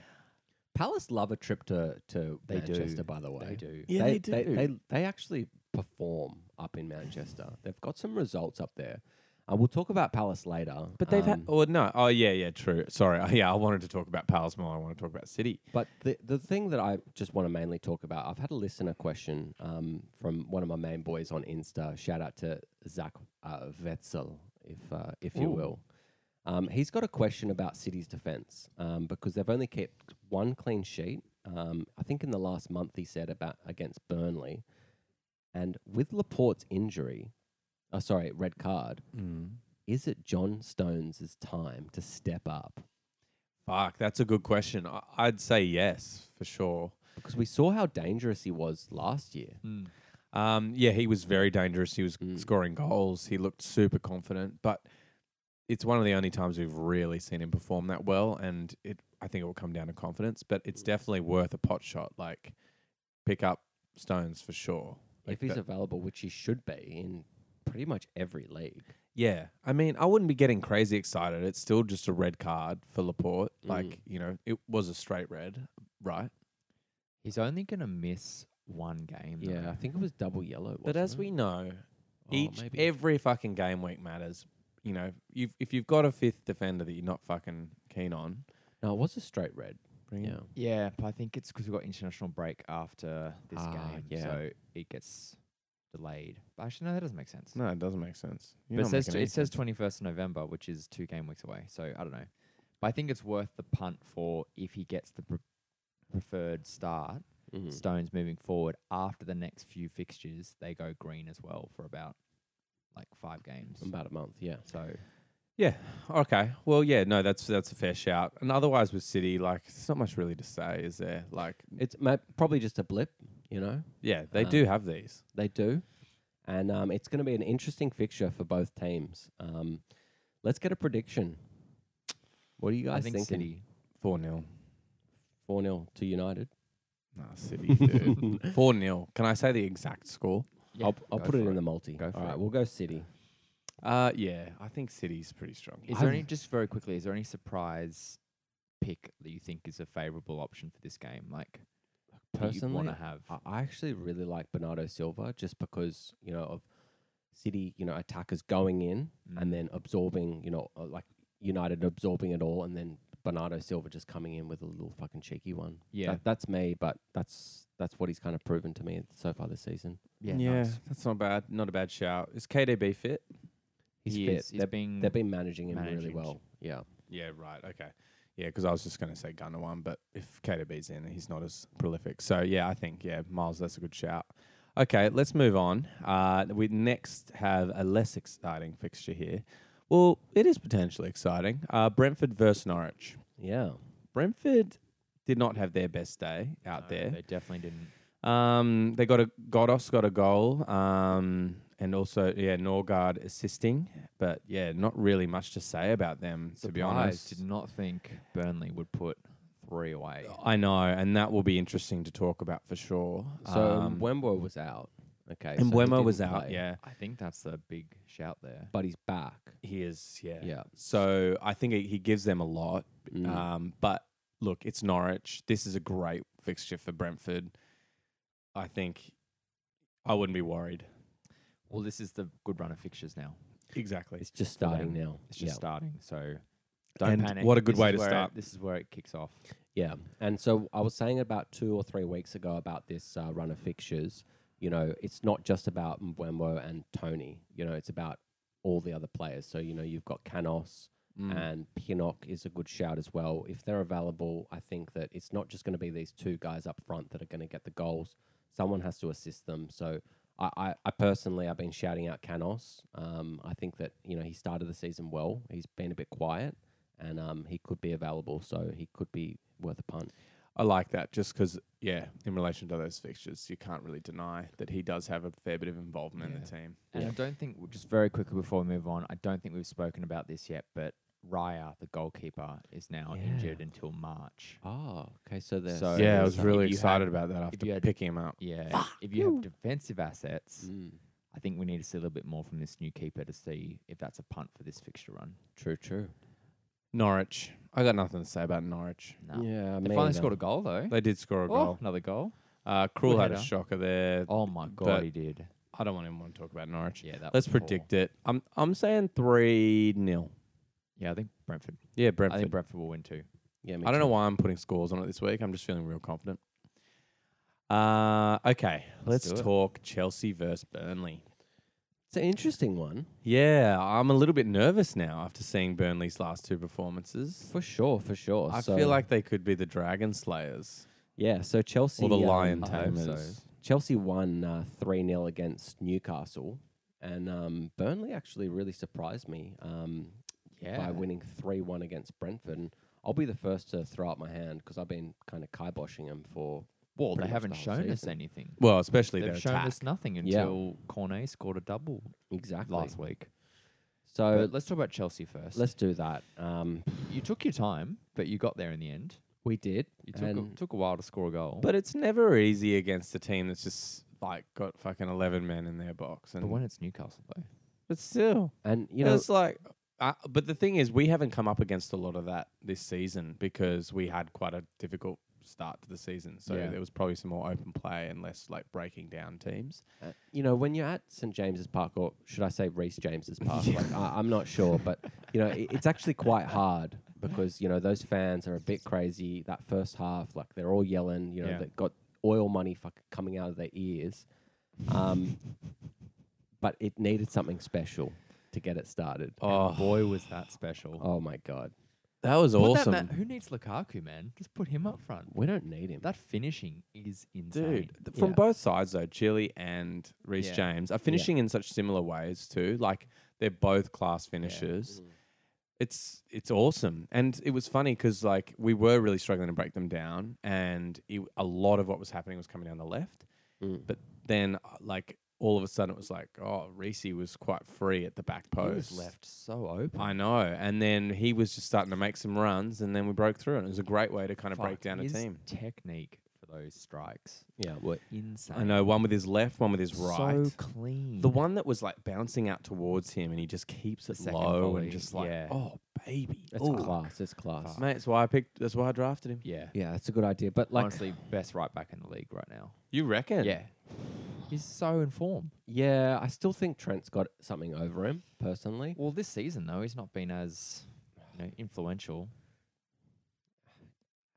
Speaker 2: Palace love a trip to, to
Speaker 4: They do.
Speaker 2: Manchester, by the way.
Speaker 4: They do.
Speaker 3: Yeah,
Speaker 2: they,
Speaker 3: they
Speaker 2: They,
Speaker 3: do.
Speaker 2: they, they actually perform up in Manchester. They've got some results up there. And we'll talk about Palace later.
Speaker 3: But they've had.
Speaker 2: um,
Speaker 3: Oh no. Oh yeah, yeah. True. Sorry. Yeah, I wanted to talk about Palace more. I want to talk about City.
Speaker 2: But the, the thing that I just want to mainly talk about, I've had a listener question um, from one of my main boys on Insta. Shout out to Zach uh, Wetzel, if, uh, if you
Speaker 3: Ooh.
Speaker 2: will. Um, he's got a question about City's defense um, because they've only kept one clean sheet. Um, I think in the last month he said about against Burnley, and with Laporte's injury, oh sorry, red card.
Speaker 3: Mm.
Speaker 2: Is it John Stones' time to step up?
Speaker 3: Fuck. That's a good question. I, I'd say yes for sure.
Speaker 2: Because we saw how dangerous he was last year.
Speaker 4: Mm.
Speaker 3: Um, yeah, he was very dangerous. He was
Speaker 2: Mm.
Speaker 3: scoring goals. He looked super confident, but it's one of the only times we've really seen him perform that well. And it, I think it will come down to confidence, but it's definitely worth a pot shot. Like, pick up Stones for sure. Like
Speaker 2: if he's
Speaker 3: that-
Speaker 2: available, which he should be in pretty much every league.
Speaker 3: yeah, I mean, I wouldn't be getting crazy excited. It's still just a red card for Laporte. Like,
Speaker 2: Mm.
Speaker 3: you know, it was a straight red, right?
Speaker 4: He's only going to miss one game. though.
Speaker 2: Yeah, I think it was double yellow.
Speaker 3: But
Speaker 2: wasn't
Speaker 3: as
Speaker 2: it?
Speaker 3: we know,
Speaker 2: Oh,
Speaker 3: each
Speaker 2: maybe.
Speaker 3: every fucking game week matters. You know, you've, if you've got a fifth defender that you're not fucking keen on,
Speaker 2: no, it was a straight red.
Speaker 3: bring
Speaker 2: Yeah,
Speaker 3: it.
Speaker 4: Yeah, but I think it's because we've got international break after this
Speaker 2: Ah,
Speaker 4: game,
Speaker 2: yeah.
Speaker 4: so it gets delayed. But actually, no, that doesn't make sense.
Speaker 3: No, it doesn't make sense. You're
Speaker 4: But it
Speaker 3: not
Speaker 4: says
Speaker 3: making
Speaker 4: t-
Speaker 3: any
Speaker 4: it says
Speaker 3: sense.
Speaker 4: twenty first of November, which is two game weeks away. So I don't know, but I think it's worth the punt for if he gets the pre- preferred start.
Speaker 2: Mhm.
Speaker 4: Stones moving forward after the next few fixtures, they go green as well for about like five games.
Speaker 2: about a month. Yeah,
Speaker 4: So
Speaker 3: Yeah. Okay. Well, yeah. No, that's that's a fair shout. And otherwise, with City, like, there's not much really to say, is there? Like,
Speaker 2: it's ma- probably just a blip. You know,
Speaker 3: yeah, they
Speaker 2: Um,
Speaker 3: do have these.
Speaker 2: they do, and um, it's going to be an interesting fixture for both teams. Um, let's get a prediction. What do you guys
Speaker 4: I think
Speaker 2: thinking?
Speaker 4: City.
Speaker 3: Four 0
Speaker 2: Four 0 to United.
Speaker 3: Nah, City, dude. Four 0 Can I say the exact score?
Speaker 4: Yeah,
Speaker 2: I'll, I'll
Speaker 4: go
Speaker 2: put it
Speaker 4: for
Speaker 2: in the multi.
Speaker 4: Go for
Speaker 2: All right,
Speaker 4: it.
Speaker 2: we'll go City.
Speaker 3: Uh, yeah, I think City's pretty strong.
Speaker 4: Is there any just very quickly? Is there any surprise pick that you think is a favourable option for this game? Like
Speaker 2: Personally,
Speaker 4: want to have
Speaker 2: I- I actually really like Bernardo Silva just because you know of City, you know, attackers going in
Speaker 4: Mm.
Speaker 2: and then absorbing, you know, uh, like United absorbing it all, and then Bernardo Silva just coming in with a little fucking cheeky one.
Speaker 4: Yeah.
Speaker 2: That- that's me, but that's that's what he's kind of proven to me so far this season.
Speaker 4: yeah, nice.
Speaker 3: that's not bad. Not a bad shout. Is KDB fit?
Speaker 2: He's
Speaker 4: he
Speaker 2: fit.
Speaker 4: Is, he's
Speaker 2: they've,
Speaker 4: being
Speaker 2: they've been managing him really
Speaker 4: managing.
Speaker 2: well. Yeah,
Speaker 3: Yeah, right. Okay. Yeah, because I was just going to say Gunner one, but if KDB's in, he's not as prolific. So yeah, I think yeah, Miles, that's a good shout. Okay, let's move on. Uh, we next have a less exciting fixture here. Well, it is potentially exciting. Uh, Brentford versus Norwich.
Speaker 2: yeah.
Speaker 3: Brentford did not have their best day out
Speaker 4: no,
Speaker 3: there.
Speaker 4: They definitely didn't.
Speaker 3: Um, they got a Godos got a goal. Um, and also yeah, Norgard assisting, but yeah, not really much to say about them to be honest.
Speaker 4: did not think Burnley would put three away.
Speaker 2: Oh.
Speaker 3: I know, and that will be interesting to talk about for sure.
Speaker 2: So
Speaker 3: Um,
Speaker 2: Wembo was out. Okay, so he
Speaker 3: and Wemo
Speaker 2: didn't
Speaker 3: was out,
Speaker 2: play,
Speaker 3: yeah.
Speaker 4: I think that's a big shout there.
Speaker 2: but he's back.
Speaker 3: He is, yeah.
Speaker 2: Yeah.
Speaker 3: So I think he he gives them a lot.
Speaker 2: Mm.
Speaker 4: Uh,
Speaker 3: Um, but look, it's Norwich. This is a great fixture for Brentford. I think I wouldn't be worried.
Speaker 4: Well, this is the good run of fixtures now.
Speaker 3: Exactly.
Speaker 2: It's just starting
Speaker 4: them.
Speaker 2: now.
Speaker 4: It's just
Speaker 2: yeah.
Speaker 4: starting, so don't
Speaker 3: And
Speaker 4: panic.
Speaker 3: what a good
Speaker 4: This
Speaker 3: way
Speaker 4: is
Speaker 3: to
Speaker 4: where it-
Speaker 3: start.
Speaker 4: this is where it kicks off.
Speaker 2: Yeah, and so I was saying about two or three weeks ago about this uh, run of fixtures. You know, it's not just about Mbwembo and Tony. You know, it's about all the other players. So you know, you've got Canos
Speaker 3: Mm.
Speaker 2: and Pinnock is a good shout as well. If they're available, I think that it's not just going to be these two guys up front that are going to get the goals. Someone has to assist them. So I, I, I personally, I've been shouting out Canos. Um, I think that you know he started the season well. He's been a bit quiet, and um, he could be available. So he could be worth a punt.
Speaker 3: I like that just because, yeah, in relation to those fixtures, you can't really deny that he does have a fair bit of involvement in the team.
Speaker 4: And I don't think, just very quickly before we move on, I don't think we've spoken about this yet, but Raya, the goalkeeper, is now
Speaker 2: Yeah.
Speaker 4: injured until March.
Speaker 2: Oh, okay. So there's
Speaker 4: So-
Speaker 3: yeah, I
Speaker 4: if
Speaker 3: was
Speaker 4: you
Speaker 3: really
Speaker 4: had-
Speaker 3: excited about that
Speaker 4: if you
Speaker 3: after
Speaker 4: had-
Speaker 3: picking him up.
Speaker 4: Yeah. If you have defensive assets,
Speaker 2: Mm,
Speaker 4: I think we need to see a little bit more from this new keeper to see if that's a punt for this fixture run.
Speaker 2: true, true.
Speaker 3: Norwich. I got nothing to say about Norwich.
Speaker 4: No.
Speaker 2: Yeah,
Speaker 4: They finally scored a goal though.
Speaker 3: They did score a
Speaker 4: Oh,
Speaker 3: goal.
Speaker 4: another goal.
Speaker 3: Uh, Krul
Speaker 4: Good
Speaker 3: had a
Speaker 4: header.
Speaker 3: shocker there.
Speaker 4: Oh my god,
Speaker 3: But-
Speaker 4: he did.
Speaker 3: I don't want anyone to talk about Norwich.
Speaker 4: Yeah, that
Speaker 3: Let's
Speaker 4: was poor.
Speaker 3: predict it. I'm I'm saying three 0
Speaker 4: Yeah, I think Brentford.
Speaker 3: Yeah,
Speaker 4: I
Speaker 3: Brentford. I,
Speaker 4: think Brentford will win too.
Speaker 2: Yeah, me
Speaker 3: don't know
Speaker 2: too.
Speaker 3: why I'm putting scores on it this week. I'm just feeling real confident. Uh, okay, let's,
Speaker 4: do it.
Speaker 3: talk Chelsea versus Burnley.
Speaker 2: It's an interesting one
Speaker 3: Yeah, I'm a little bit nervous now after seeing Burnley's last two performances.
Speaker 2: for sure, for sure.
Speaker 3: I
Speaker 2: So-
Speaker 3: feel like they could be the Dragon Slayers
Speaker 2: yeah. So Chelsea
Speaker 3: or the
Speaker 2: um,
Speaker 3: Lion
Speaker 4: I hope so.
Speaker 3: Tamers.
Speaker 2: Chelsea won uh, three 0 against Newcastle, and um, Burnley actually really surprised me um,
Speaker 4: Yeah.
Speaker 2: by winning three one against Brentford. And I'll be the first to throw up my hand because I've been kind of kiboshing them for.
Speaker 4: Well, they
Speaker 2: pretty much
Speaker 4: haven't
Speaker 2: the whole
Speaker 4: shown us
Speaker 2: season.
Speaker 4: anything.
Speaker 3: Well, especially
Speaker 4: They've
Speaker 3: their
Speaker 4: shown
Speaker 3: attack.
Speaker 4: us nothing
Speaker 2: Yeah.
Speaker 4: until Cornet scored a double
Speaker 2: Exactly.
Speaker 4: last week.
Speaker 2: so
Speaker 4: But let's talk about Chelsea first.
Speaker 2: let's do that. Um,
Speaker 4: you took your time, but you got there in the end.
Speaker 2: we did.
Speaker 4: You took a,
Speaker 2: and-
Speaker 4: took a while to score a goal.
Speaker 3: But it's never easy against a team that's just like got fucking eleven men in their box, and
Speaker 4: but when it's Newcastle though.
Speaker 3: but still,
Speaker 2: and you
Speaker 3: you
Speaker 2: know,
Speaker 3: it's like. Uh, but the thing is, we haven't come up against a lot of that this season because we had quite a difficult start to the season. So
Speaker 2: Yeah.
Speaker 3: there was probably some more open play and less like breaking down teams.
Speaker 2: Uh, you know, when you're at St James's Park, or should I say Reese James's Park? Like, I, I'm not sure, but you know, it, it's actually quite hard because you know those fans are a bit crazy. That first half, like they're all yelling. You know,
Speaker 3: Yeah.
Speaker 2: they've got oil money fuck coming out of their ears. Um, but it needed something special to get it started.
Speaker 4: And
Speaker 3: Oh.
Speaker 4: boy was that special.
Speaker 2: Oh my god,
Speaker 3: that was
Speaker 4: Put that
Speaker 3: awesome,
Speaker 4: man- who needs Lukaku, man? Just put him up front.
Speaker 2: we don't need him.
Speaker 4: That finishing is insane.
Speaker 3: dude. th- From
Speaker 2: Yeah.
Speaker 3: both sides though, Chile and Reece
Speaker 4: Yeah.
Speaker 3: James are finishing in such similar ways too. Like they're both class finishers.
Speaker 4: Mm.
Speaker 3: it's it's awesome and it was funny because like we were really struggling to break them down and it, a lot of what was happening was coming down the left
Speaker 2: Mm.
Speaker 3: but then uh, like all of a sudden it was like oh Reese was quite free at the back
Speaker 4: He
Speaker 3: post
Speaker 4: was left so open.
Speaker 3: I know and then he was just starting to make some runs and then we broke through and it was a great way to kind of break
Speaker 4: Fuck,
Speaker 3: down a
Speaker 4: his
Speaker 3: team
Speaker 4: Technique for those strikes
Speaker 2: Yeah.
Speaker 4: were insane.
Speaker 3: I know one with his left, one with his right.
Speaker 4: So clean.
Speaker 3: the one that was like bouncing out towards him, and he just keeps
Speaker 4: The
Speaker 3: it
Speaker 4: second
Speaker 3: low
Speaker 4: volley,
Speaker 3: and just like,
Speaker 4: yeah.
Speaker 3: oh baby,
Speaker 2: It's
Speaker 3: Ooh.
Speaker 2: class. It's class.
Speaker 3: mate. That's why I picked. That's why I drafted him.
Speaker 4: Yeah.
Speaker 2: Yeah, that's a good idea. But like,
Speaker 4: Honestly, best right back in the league right now.
Speaker 3: You reckon?
Speaker 4: Yeah. He's so in form.
Speaker 2: yeah, I still think Trent's got something over him personally.
Speaker 4: Well, this season though, he's not been as you know, influential.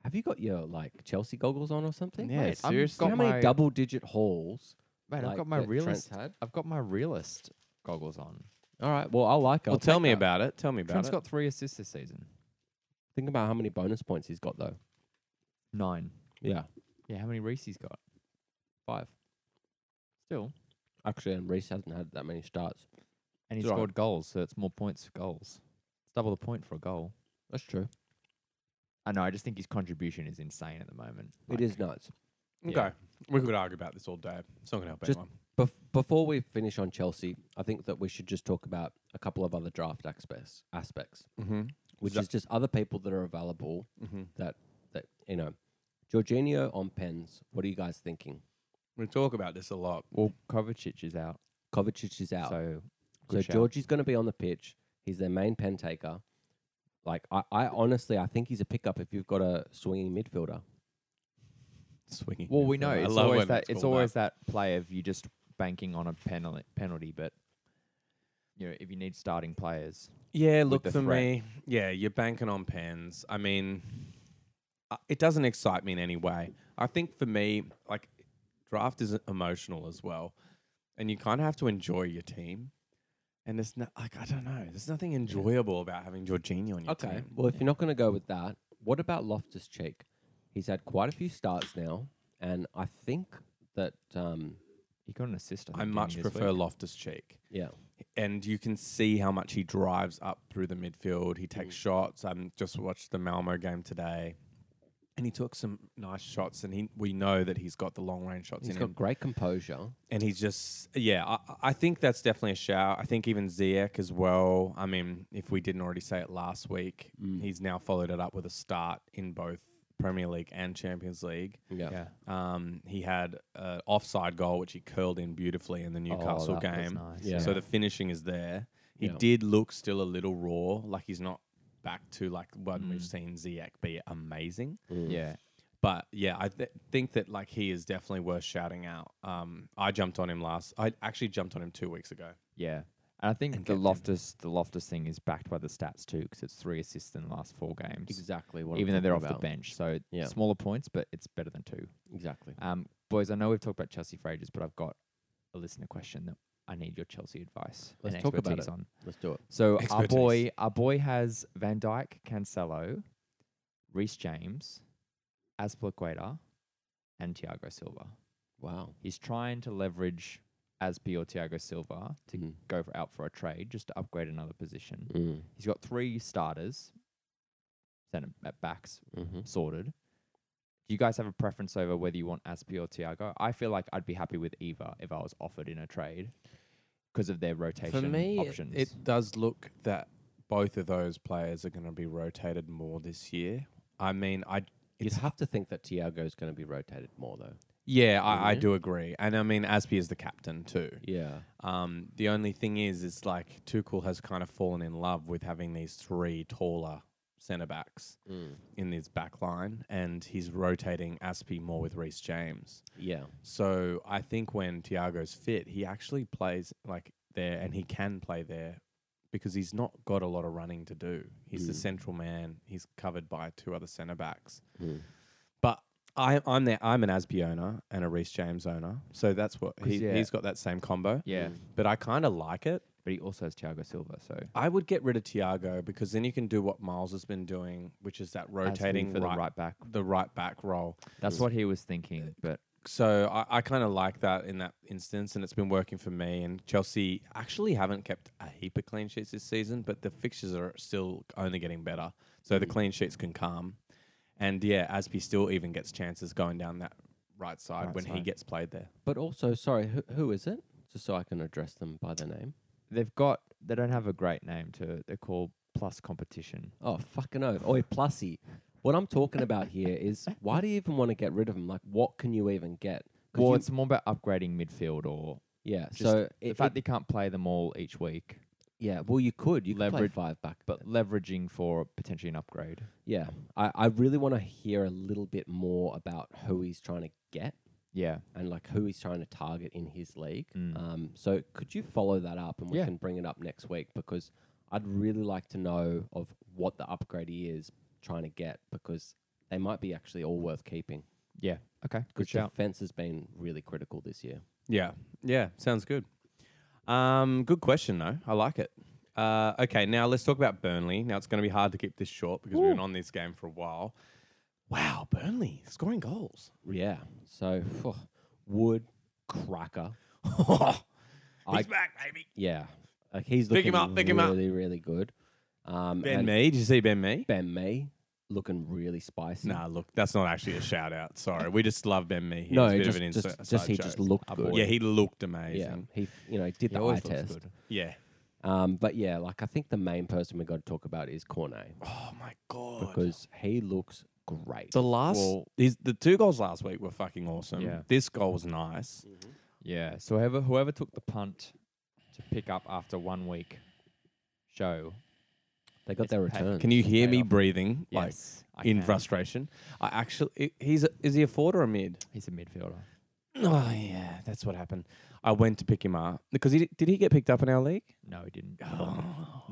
Speaker 2: Have you got your like Chelsea goggles on or something?
Speaker 3: Yeah,
Speaker 2: Mate,
Speaker 4: I've
Speaker 3: seriously.
Speaker 4: got
Speaker 2: how many
Speaker 4: my-
Speaker 2: double-digit hauls?
Speaker 4: Man,
Speaker 2: like,
Speaker 4: I've got my
Speaker 2: that Trent's
Speaker 4: realist.
Speaker 2: had?
Speaker 4: I've got my realist goggles on.
Speaker 2: All right. Well, I like. it.
Speaker 3: Well,
Speaker 2: I'll
Speaker 3: tell
Speaker 2: take
Speaker 3: me
Speaker 2: that.
Speaker 3: about it. Tell me about
Speaker 4: Trent's
Speaker 3: it.
Speaker 4: got three assists this season.
Speaker 2: Think about how many bonus points he's got though.
Speaker 4: Nine.
Speaker 2: Yeah.
Speaker 4: Yeah, how many Reese he's got? Five. Still,
Speaker 2: Actually, and Reese hasn't had that many starts.
Speaker 4: and he
Speaker 2: It's all right.
Speaker 4: scored goals, so it's more points for goals. It's double the point for a goal.
Speaker 2: That's true.
Speaker 4: I know. I just think his contribution is insane at the moment. Like,
Speaker 2: it is nuts.
Speaker 3: okay,
Speaker 4: yeah.
Speaker 3: we could argue about this all day. It's not going to help
Speaker 2: Just-
Speaker 3: anyone.
Speaker 2: Bef- before we finish on Chelsea, I think that we should just talk about a couple of other draft aspects, aspects
Speaker 3: Mm-hmm.
Speaker 2: which
Speaker 3: So-
Speaker 2: is just other people that are available
Speaker 3: Mm-hmm.
Speaker 2: that that you know. Jorginho on pens. What are you guys thinking?
Speaker 3: We talk about this a lot.
Speaker 4: Well, Kovacic is out,
Speaker 2: Kovacic is out.
Speaker 4: so
Speaker 2: So
Speaker 4: good shout.
Speaker 2: Georgie's going to be on the pitch. He's their main pen taker. Like I, I honestly, I think he's a pickup if you've got a swinging midfielder.
Speaker 3: Swinging.
Speaker 4: Well, we know
Speaker 3: I
Speaker 4: it's
Speaker 3: love
Speaker 4: always
Speaker 3: when
Speaker 4: that.
Speaker 3: it's
Speaker 4: It's
Speaker 3: called
Speaker 4: always that play of you just banking on a penalty, penalty, but you know if you need starting players,
Speaker 3: Yeah,
Speaker 4: with
Speaker 3: look
Speaker 4: the
Speaker 3: for
Speaker 4: threat.
Speaker 3: me. Yeah, you're banking on pens. I mean, uh, it doesn't excite me in any way. I think for me, like draft is emotional as well, and you kind of have to enjoy your team. And there's no, like I don't know, there's nothing enjoyable about having Jorginho on your
Speaker 2: Okay.
Speaker 3: team.
Speaker 2: Well, if you're not going to go with that, what about Loftus Cheek? He's had quite a few starts now, and I think that um,
Speaker 4: he got an assist. I, think,
Speaker 3: I
Speaker 4: didn't
Speaker 3: much
Speaker 4: he, this
Speaker 3: prefer
Speaker 4: week?
Speaker 3: Loftus Cheek.
Speaker 2: yeah,
Speaker 3: and you can see how much he drives up through the midfield. He takes
Speaker 2: Mm.
Speaker 3: shots. I um, just watched the Malmo game today, and he took some nice shots. And he, we know that he's got the long range shots
Speaker 2: he's
Speaker 3: in
Speaker 2: got
Speaker 3: him.
Speaker 2: great composure.
Speaker 3: And he's just, yeah, I, I think that's definitely a shout. I think even Ziyech as well. I mean, if we didn't already say it last week,
Speaker 2: Mm.
Speaker 3: he's now followed it up with a start in both Premier League and Champions League.
Speaker 2: Yeah.
Speaker 4: Yeah,
Speaker 3: Um, he had an offside goal which he curled in beautifully in the Newcastle
Speaker 4: that was
Speaker 3: game.
Speaker 4: nice,
Speaker 2: Yeah.
Speaker 3: So the finishing is there. He
Speaker 2: Yeah.
Speaker 3: did look still a little raw, like he's not back to like when we've seen Ziyech be amazing.
Speaker 2: Mm.
Speaker 4: yeah.
Speaker 3: But yeah, I th- think that like he is definitely worth shouting out. Um, I jumped on him last. I actually jumped on him two weeks ago.
Speaker 4: Yeah. And I think
Speaker 3: And
Speaker 4: the
Speaker 3: kept him.
Speaker 4: Loftus the Loftus thing is backed by the stats too, because it's three assists in the last four games,
Speaker 2: Exactly. What I'm
Speaker 4: even though they're off
Speaker 2: talking
Speaker 4: the
Speaker 2: about.
Speaker 4: bench. So
Speaker 2: Yeah.
Speaker 4: smaller points, but it's better than two.
Speaker 2: Exactly.
Speaker 4: Um, boys, I know we've talked about Chelsea for ages, but I've got a listener question that I need your Chelsea advice
Speaker 2: Let's
Speaker 4: and
Speaker 2: talk about
Speaker 4: expertise
Speaker 2: it.
Speaker 4: on.
Speaker 2: Let's do it.
Speaker 4: So our
Speaker 3: Expertise.
Speaker 4: boy, our boy has Van Dijk, Cancelo, Reece James, Azpilicueta, and Thiago Silva.
Speaker 2: Wow.
Speaker 4: He's trying to leverage Aspi or Thiago Silva to
Speaker 2: Mm.
Speaker 4: go for, out for a trade, just to upgrade another position.
Speaker 2: Mm.
Speaker 4: He's got three starters, centre at backs
Speaker 2: Mm-hmm.
Speaker 4: sorted. Do you guys have a preference over whether you want Aspi or Tiago? I feel like I'd be happy with either if I was offered in a trade because of their rotation
Speaker 3: For me, it-
Speaker 4: options.
Speaker 3: It, does look that both of those players are going to be rotated more this year. I mean, I
Speaker 2: You'd
Speaker 3: it's
Speaker 2: have to think that Tiago's going to be rotated more though.
Speaker 3: yeah, I, I
Speaker 2: Mhm.
Speaker 3: do agree, and I mean Aspie is the captain too.
Speaker 2: Yeah.
Speaker 3: Um, the only thing is, it's like Tuchel has kind of fallen in love with having these three taller centre backs
Speaker 2: Mm.
Speaker 3: in his back line, and he's rotating Aspie more with Reece James.
Speaker 2: Yeah.
Speaker 3: So I think when Thiago's fit, he actually plays like there, and he can play there because he's not got a lot of running to do. He's the
Speaker 2: Mm.
Speaker 3: central man. He's covered by two other centre backs.
Speaker 2: Mm.
Speaker 3: But I, I'm there. I'm an Aspie owner and a Reece James owner, so that's what
Speaker 4: 'Cause,
Speaker 3: he,
Speaker 4: yeah.
Speaker 3: he's got that same combo.
Speaker 4: yeah,
Speaker 3: But I kind of like it.
Speaker 4: but he also has Thiago Silva, so
Speaker 3: I would get rid of Tiago because then you can do what Miles has been doing, which is that
Speaker 4: Aspi
Speaker 3: rotating
Speaker 4: for
Speaker 3: right,
Speaker 4: the right back.
Speaker 3: the right back role.
Speaker 4: That's
Speaker 2: Mm.
Speaker 4: what he was thinking, but
Speaker 3: So I, I kind of like that in that instance, and it's been working for me. And Chelsea actually haven't kept a heap of clean sheets this season, but the fixtures are still only getting better. So
Speaker 4: Mm.
Speaker 3: the clean sheets can come, and yeah, Aspie still even gets chances going down that right side
Speaker 4: Right
Speaker 3: when he
Speaker 4: side.
Speaker 3: gets played there.
Speaker 2: But also, sorry, who, who is it? Just so I can address them by the name.
Speaker 4: they've got they don't have a great name to it. They're called Plus Competition.
Speaker 2: Oh, fucking oh. Oi, Plussy. What I'm talking about here is why do you even want to get rid of him? Like, what can you even get? 'Cause
Speaker 4: Well,
Speaker 2: you-
Speaker 4: it's more about upgrading midfield or
Speaker 2: yeah.
Speaker 4: just
Speaker 2: So
Speaker 4: the
Speaker 2: it,
Speaker 4: fact
Speaker 2: it-
Speaker 4: they can't play them all each week,
Speaker 2: yeah. Well, you could you could play
Speaker 4: leverage-
Speaker 2: five back,
Speaker 4: but leveraging for potentially an upgrade.
Speaker 2: yeah, I, I really want to hear a little bit more about who he's trying to get
Speaker 4: Yeah,
Speaker 2: and like who he's trying to target in his league.
Speaker 4: Mm.
Speaker 2: Um, so could you follow that up and we
Speaker 4: Yeah.
Speaker 2: can bring it up next week because I'd really like to know of what the upgrade he is trying to get because they might be actually all worth keeping.
Speaker 4: yeah. Okay, good
Speaker 2: Because
Speaker 4: shout.
Speaker 2: defense has been really critical this year.
Speaker 3: Yeah. Yeah. Sounds good. Um, good question though. I like it. Uh, okay, now let's talk about Burnley. Now it's going to be hard to keep this short because we've been on this game for a while. Wow, Burnley scoring goals.
Speaker 2: Yeah. So Wood cracker. I-
Speaker 3: He's back, baby.
Speaker 2: Yeah. Like he's
Speaker 3: Pick
Speaker 2: looking
Speaker 3: him up, pick him up.
Speaker 2: really, really good. Um,
Speaker 3: Ben
Speaker 2: and
Speaker 3: Mee. Did you see Ben Mee?
Speaker 2: Ben May looking really spicy.
Speaker 3: Nah, look, that's not actually a shout out. Sorry, we just love Ben Mee. He
Speaker 2: no,
Speaker 3: was a bit
Speaker 2: just,
Speaker 3: of an
Speaker 2: just,
Speaker 3: insert-
Speaker 2: just
Speaker 3: side
Speaker 2: he just
Speaker 3: joke.
Speaker 2: looked
Speaker 4: Our
Speaker 2: good.
Speaker 4: boy.
Speaker 3: Yeah, he looked
Speaker 2: yeah.
Speaker 3: amazing.
Speaker 2: He, you know, did the eye test.
Speaker 3: Yeah.
Speaker 2: Um, but yeah, like I think the main person we got to talk about is Cornet
Speaker 3: Oh my god.
Speaker 2: because he looks great.
Speaker 3: the last,
Speaker 4: Well-
Speaker 3: his, the two goals last week were fucking awesome.
Speaker 4: Yeah.
Speaker 3: This goal was nice.
Speaker 4: Yeah. So whoever whoever took the punt to pick up after one week show.
Speaker 2: They got their
Speaker 4: It's paid.
Speaker 2: return.
Speaker 3: Can you hear
Speaker 4: Paid
Speaker 3: me
Speaker 4: off.
Speaker 3: breathing? Like,
Speaker 4: Yes. I
Speaker 3: in
Speaker 4: can.
Speaker 3: frustration. I actually, i- he's a, is he a forward or a mid?
Speaker 4: He's a midfielder.
Speaker 3: Oh yeah, that's what happened. I went to pick him up because he di- did he get picked up in our league?
Speaker 4: No, he didn't.
Speaker 3: Oh.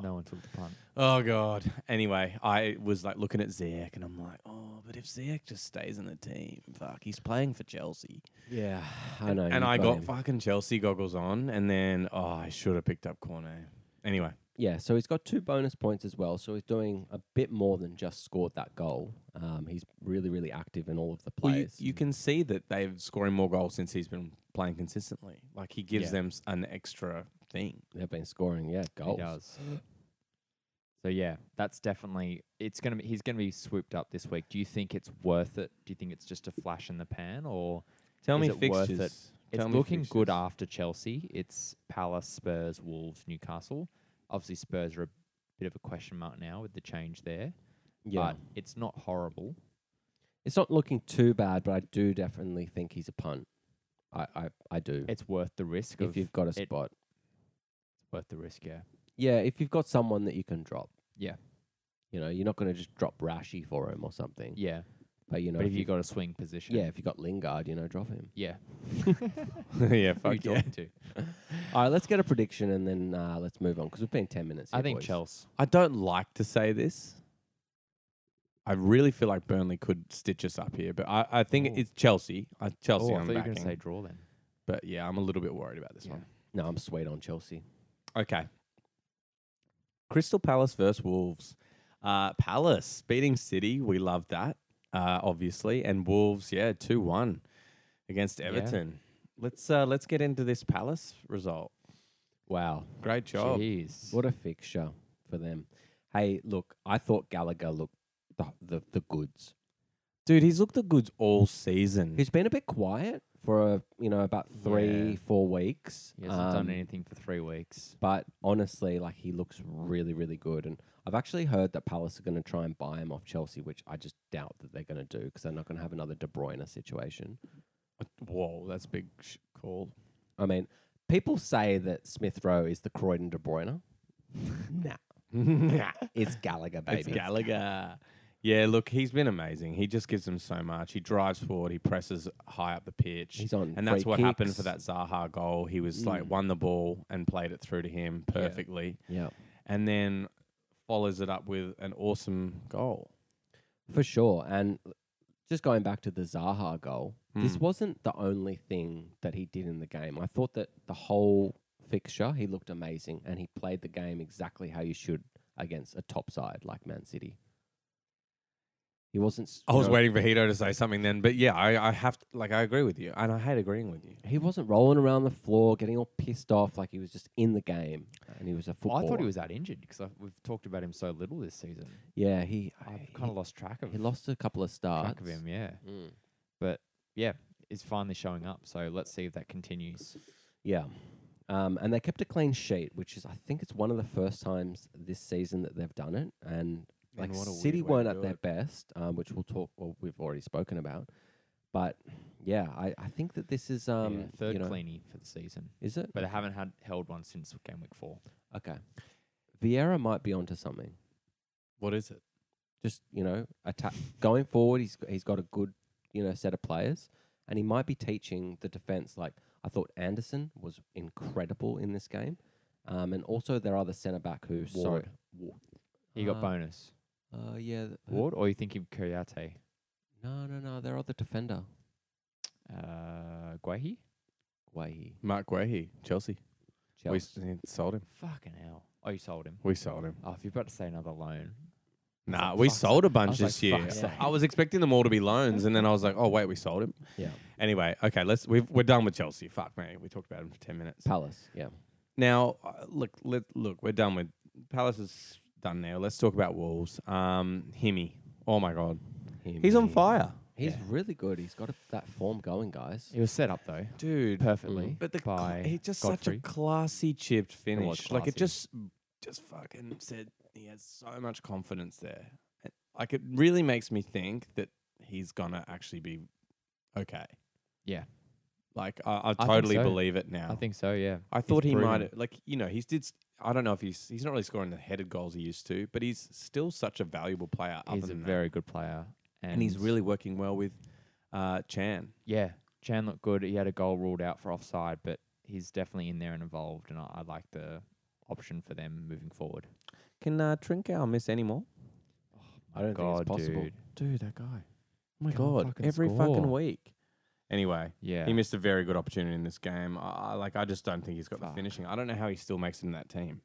Speaker 4: No one took the punt.
Speaker 3: Oh god. Anyway, I was like looking at Ziyech and I'm like, oh, but if Ziyech just stays in the team, fuck, he's playing for Chelsea.
Speaker 2: Yeah, I know.
Speaker 3: and
Speaker 2: you
Speaker 3: I got
Speaker 2: him.
Speaker 3: fucking Chelsea goggles on, and then oh, I should have picked up Cornet. Anyway,
Speaker 2: yeah. So he's got two bonus points as well. So he's doing a bit more than just scored that goal. Um, he's really, really active in all of the
Speaker 3: well, you,
Speaker 2: plays.
Speaker 3: you can see that they've scoring more goals since he's been playing consistently. Like he gives
Speaker 4: Yeah.
Speaker 3: them s- an extra thing.
Speaker 2: They've been scoring, yeah, goals.
Speaker 4: He does. So yeah, that's definitely it's gonna be he's gonna be swooped up this week. Do you think it's worth it? Do you think it's just a flash in the pan or
Speaker 3: Tell
Speaker 4: Is
Speaker 3: me
Speaker 4: it worth
Speaker 3: fixtures.
Speaker 4: it's
Speaker 3: Tell me
Speaker 4: looking good
Speaker 3: fixtures.
Speaker 4: after Chelsea? It's Palace, Spurs, Wolves, Newcastle. Obviously Spurs are a bit of a question mark now with the change there.
Speaker 2: Yeah,
Speaker 4: But it's not horrible.
Speaker 2: it's not looking too bad, but I do definitely think he's a punt. I, I, I do.
Speaker 4: It's worth the risk
Speaker 2: If
Speaker 4: of
Speaker 2: you've got a
Speaker 4: it-
Speaker 2: spot,
Speaker 4: worth the risk, yeah.
Speaker 2: yeah. If you've got someone that you can drop,
Speaker 4: Yeah.
Speaker 2: you know, you're not going to just drop Rashi for him or something.
Speaker 4: Yeah.
Speaker 2: But you know,
Speaker 4: but if
Speaker 2: if
Speaker 4: you
Speaker 2: you
Speaker 4: got a swing position.
Speaker 2: yeah, if you got Lingard, you know, drop him.
Speaker 4: Yeah.
Speaker 3: yeah,
Speaker 4: Who are
Speaker 3: fuck
Speaker 4: you
Speaker 3: yeah.
Speaker 4: talking to?
Speaker 2: All right, let's get a prediction and then uh, let's move on because we've been ten minutes.
Speaker 4: I
Speaker 2: here,
Speaker 4: think
Speaker 2: boys.
Speaker 4: Chelsea.
Speaker 3: I don't like to say this. I really feel like Burnley could stitch us up here, but I, I think
Speaker 4: Oh.
Speaker 3: it's Chelsea. I, Chelsea,
Speaker 4: Oh, I
Speaker 3: I'm
Speaker 4: thought you were
Speaker 3: backing.
Speaker 4: going to say draw then.
Speaker 3: but yeah, I'm a little bit worried about this
Speaker 4: Yeah.
Speaker 3: one.
Speaker 2: No, I'm sweet on Chelsea.
Speaker 3: Okay. Crystal Palace versus Wolves. Uh, Palace beating City. We love that, uh, obviously. And Wolves, yeah, two one against
Speaker 4: Yeah.
Speaker 3: Everton. Let's uh, let's get into this Palace result.
Speaker 2: Wow,
Speaker 3: Great job.
Speaker 4: Jeez.
Speaker 2: what a fixture for them. Hey, look, I thought Gallagher looked the the, the goods.
Speaker 3: Dude, he's looked the goods all season.
Speaker 2: He's been a bit quiet for a, you know about three
Speaker 4: Mm. Yeah.
Speaker 2: four weeks.
Speaker 4: He hasn't done
Speaker 2: Um,
Speaker 4: anything for three weeks.
Speaker 2: But honestly, like he looks really, really good. And I've actually heard that Palace are going to try and buy him off Chelsea, which I just doubt that they're going to do because they're not going to have another De Bruyne situation.
Speaker 3: Whoa, that's a big sh- call.
Speaker 2: I mean, people say that Smith Rowe is the Croydon De Bruyne. nah, it's Gallagher, baby.
Speaker 3: It's Gallagher. Yeah, look, he's been amazing. He just gives them so much. He drives forward. He presses high up the pitch.
Speaker 2: He's on
Speaker 3: and that's
Speaker 2: free
Speaker 3: what happened for that
Speaker 2: kicks.
Speaker 3: Zaha goal. He was like
Speaker 2: Mm.
Speaker 3: won the ball and played it through to him perfectly,
Speaker 2: Yeah,
Speaker 3: and then follows it up with an awesome goal.
Speaker 2: for sure. And just going back to the Zaha goal, this
Speaker 3: Mm.
Speaker 2: wasn't the only thing that he did in the game. I thought that the whole fixture, he looked amazing and he played the game exactly how you should against a top side like Man City. He wasn't. s-
Speaker 3: I
Speaker 2: you
Speaker 3: was
Speaker 2: know,
Speaker 3: waiting for Hito to say something then, but yeah, I, I have to, like I agree with you, and I hate agreeing with you.
Speaker 2: He wasn't rolling around the floor, getting all pissed off. Like he was just in the game, and he was a footballer.
Speaker 4: I thought he was that injured because we've talked about him so little this season.
Speaker 2: Yeah, he.
Speaker 4: I've
Speaker 2: kind
Speaker 4: kind of
Speaker 2: of.
Speaker 4: lost track of
Speaker 2: He lost a couple of starts.
Speaker 4: track of him. Yeah,
Speaker 2: Mm.
Speaker 4: yeah, it's finally showing up. So let's see if that continues.
Speaker 2: Yeah. Um, and they kept a clean sheet, which is, I think, it's one of the first times this season that they've done it. And like
Speaker 3: Man, what a weird
Speaker 2: City
Speaker 3: way to
Speaker 2: weren't at
Speaker 3: do
Speaker 2: their
Speaker 3: it.
Speaker 2: best, um, which we'll talk. Well, we've already spoken about, but yeah, I, I think that this is um
Speaker 4: yeah, third
Speaker 2: you know,
Speaker 4: cleanie for the season,
Speaker 2: Is it
Speaker 4: but they haven't had held one since game week four.
Speaker 2: okay? Vieira might be onto something.
Speaker 3: What is it?
Speaker 2: Just you know, attack going forward. He's he's got a good you know set of players, and he might be teaching the defense. Like I thought, Anderson was incredible in this game, um, and also their other centre back who sorry,
Speaker 4: Ward. He got
Speaker 2: Ah.
Speaker 4: bonus
Speaker 2: uh, yeah, th- who-
Speaker 4: Ward, or you think of Kuyate,
Speaker 2: No, no, no, their other defender.
Speaker 4: uh, Guahi?
Speaker 2: Way
Speaker 3: Mark Guahey, Chelsea.
Speaker 2: Chelsea.
Speaker 3: We s- eh, sold him.
Speaker 4: Fucking hell! Oh, you sold him.
Speaker 3: We sold him.
Speaker 4: Oh, if you're about to say another loan,
Speaker 3: Nah,
Speaker 4: like,
Speaker 3: we
Speaker 4: fuck's
Speaker 3: sold a
Speaker 4: I
Speaker 3: bunch
Speaker 4: was
Speaker 3: this
Speaker 4: like,
Speaker 3: year.
Speaker 4: fuck's
Speaker 3: I was expecting them all to be loans, and then I was like, oh wait, we sold him.
Speaker 2: Yeah.
Speaker 3: Anyway, okay, let's we've, we're done with Chelsea. Fuck man, we talked about him for ten minutes.
Speaker 2: Palace, yeah.
Speaker 3: Now, uh, look, let look, we're done with Palace is done now. Let's talk about Wolves. Um, Himmy. Oh my god,
Speaker 2: Him,
Speaker 3: he's on
Speaker 2: yeah.
Speaker 3: fire,
Speaker 2: He's
Speaker 4: Yeah.
Speaker 2: really good. He's got a, that form going, guys.
Speaker 4: It was set up though
Speaker 3: dude.
Speaker 4: perfectly.
Speaker 3: Mm. But the cl-
Speaker 4: by
Speaker 3: he just
Speaker 4: Godfrey.
Speaker 3: such a classy chipped
Speaker 4: was
Speaker 3: finish. Like it
Speaker 4: classy.
Speaker 3: just just fucking said he has so much confidence there. And, Like it really makes me think that he's gonna actually be okay.
Speaker 4: Yeah.
Speaker 3: Like I, I
Speaker 4: think
Speaker 3: totally
Speaker 4: so.
Speaker 3: believe it now.
Speaker 4: I think so. Yeah,
Speaker 3: I thought he
Speaker 4: proven.
Speaker 3: might like you know he's did. s- I don't know if he's he's not really scoring the headed goals he used to, but he's still such a valuable player. Other
Speaker 4: he's a
Speaker 3: than that.
Speaker 4: very good player, and,
Speaker 3: and he's really working well with uh, Chan.
Speaker 4: yeah. Chan looked good. He had a goal ruled out for offside, but he's definitely in there and involved, and I, I like the option for them moving forward.
Speaker 3: Can uh, Trinkau miss any more?
Speaker 2: I don't
Speaker 4: God,
Speaker 2: think it's possible.
Speaker 4: dude.
Speaker 3: Dude, that guy. Oh my
Speaker 4: Can't
Speaker 3: god!
Speaker 4: fucking
Speaker 3: Every
Speaker 4: score.
Speaker 3: fucking week. Anyway,
Speaker 4: Yeah,
Speaker 3: he missed a very good opportunity in this game. I, I- like I just don't think he's got
Speaker 4: Fuck.
Speaker 3: the finishing. I don't know how he still makes it in that team.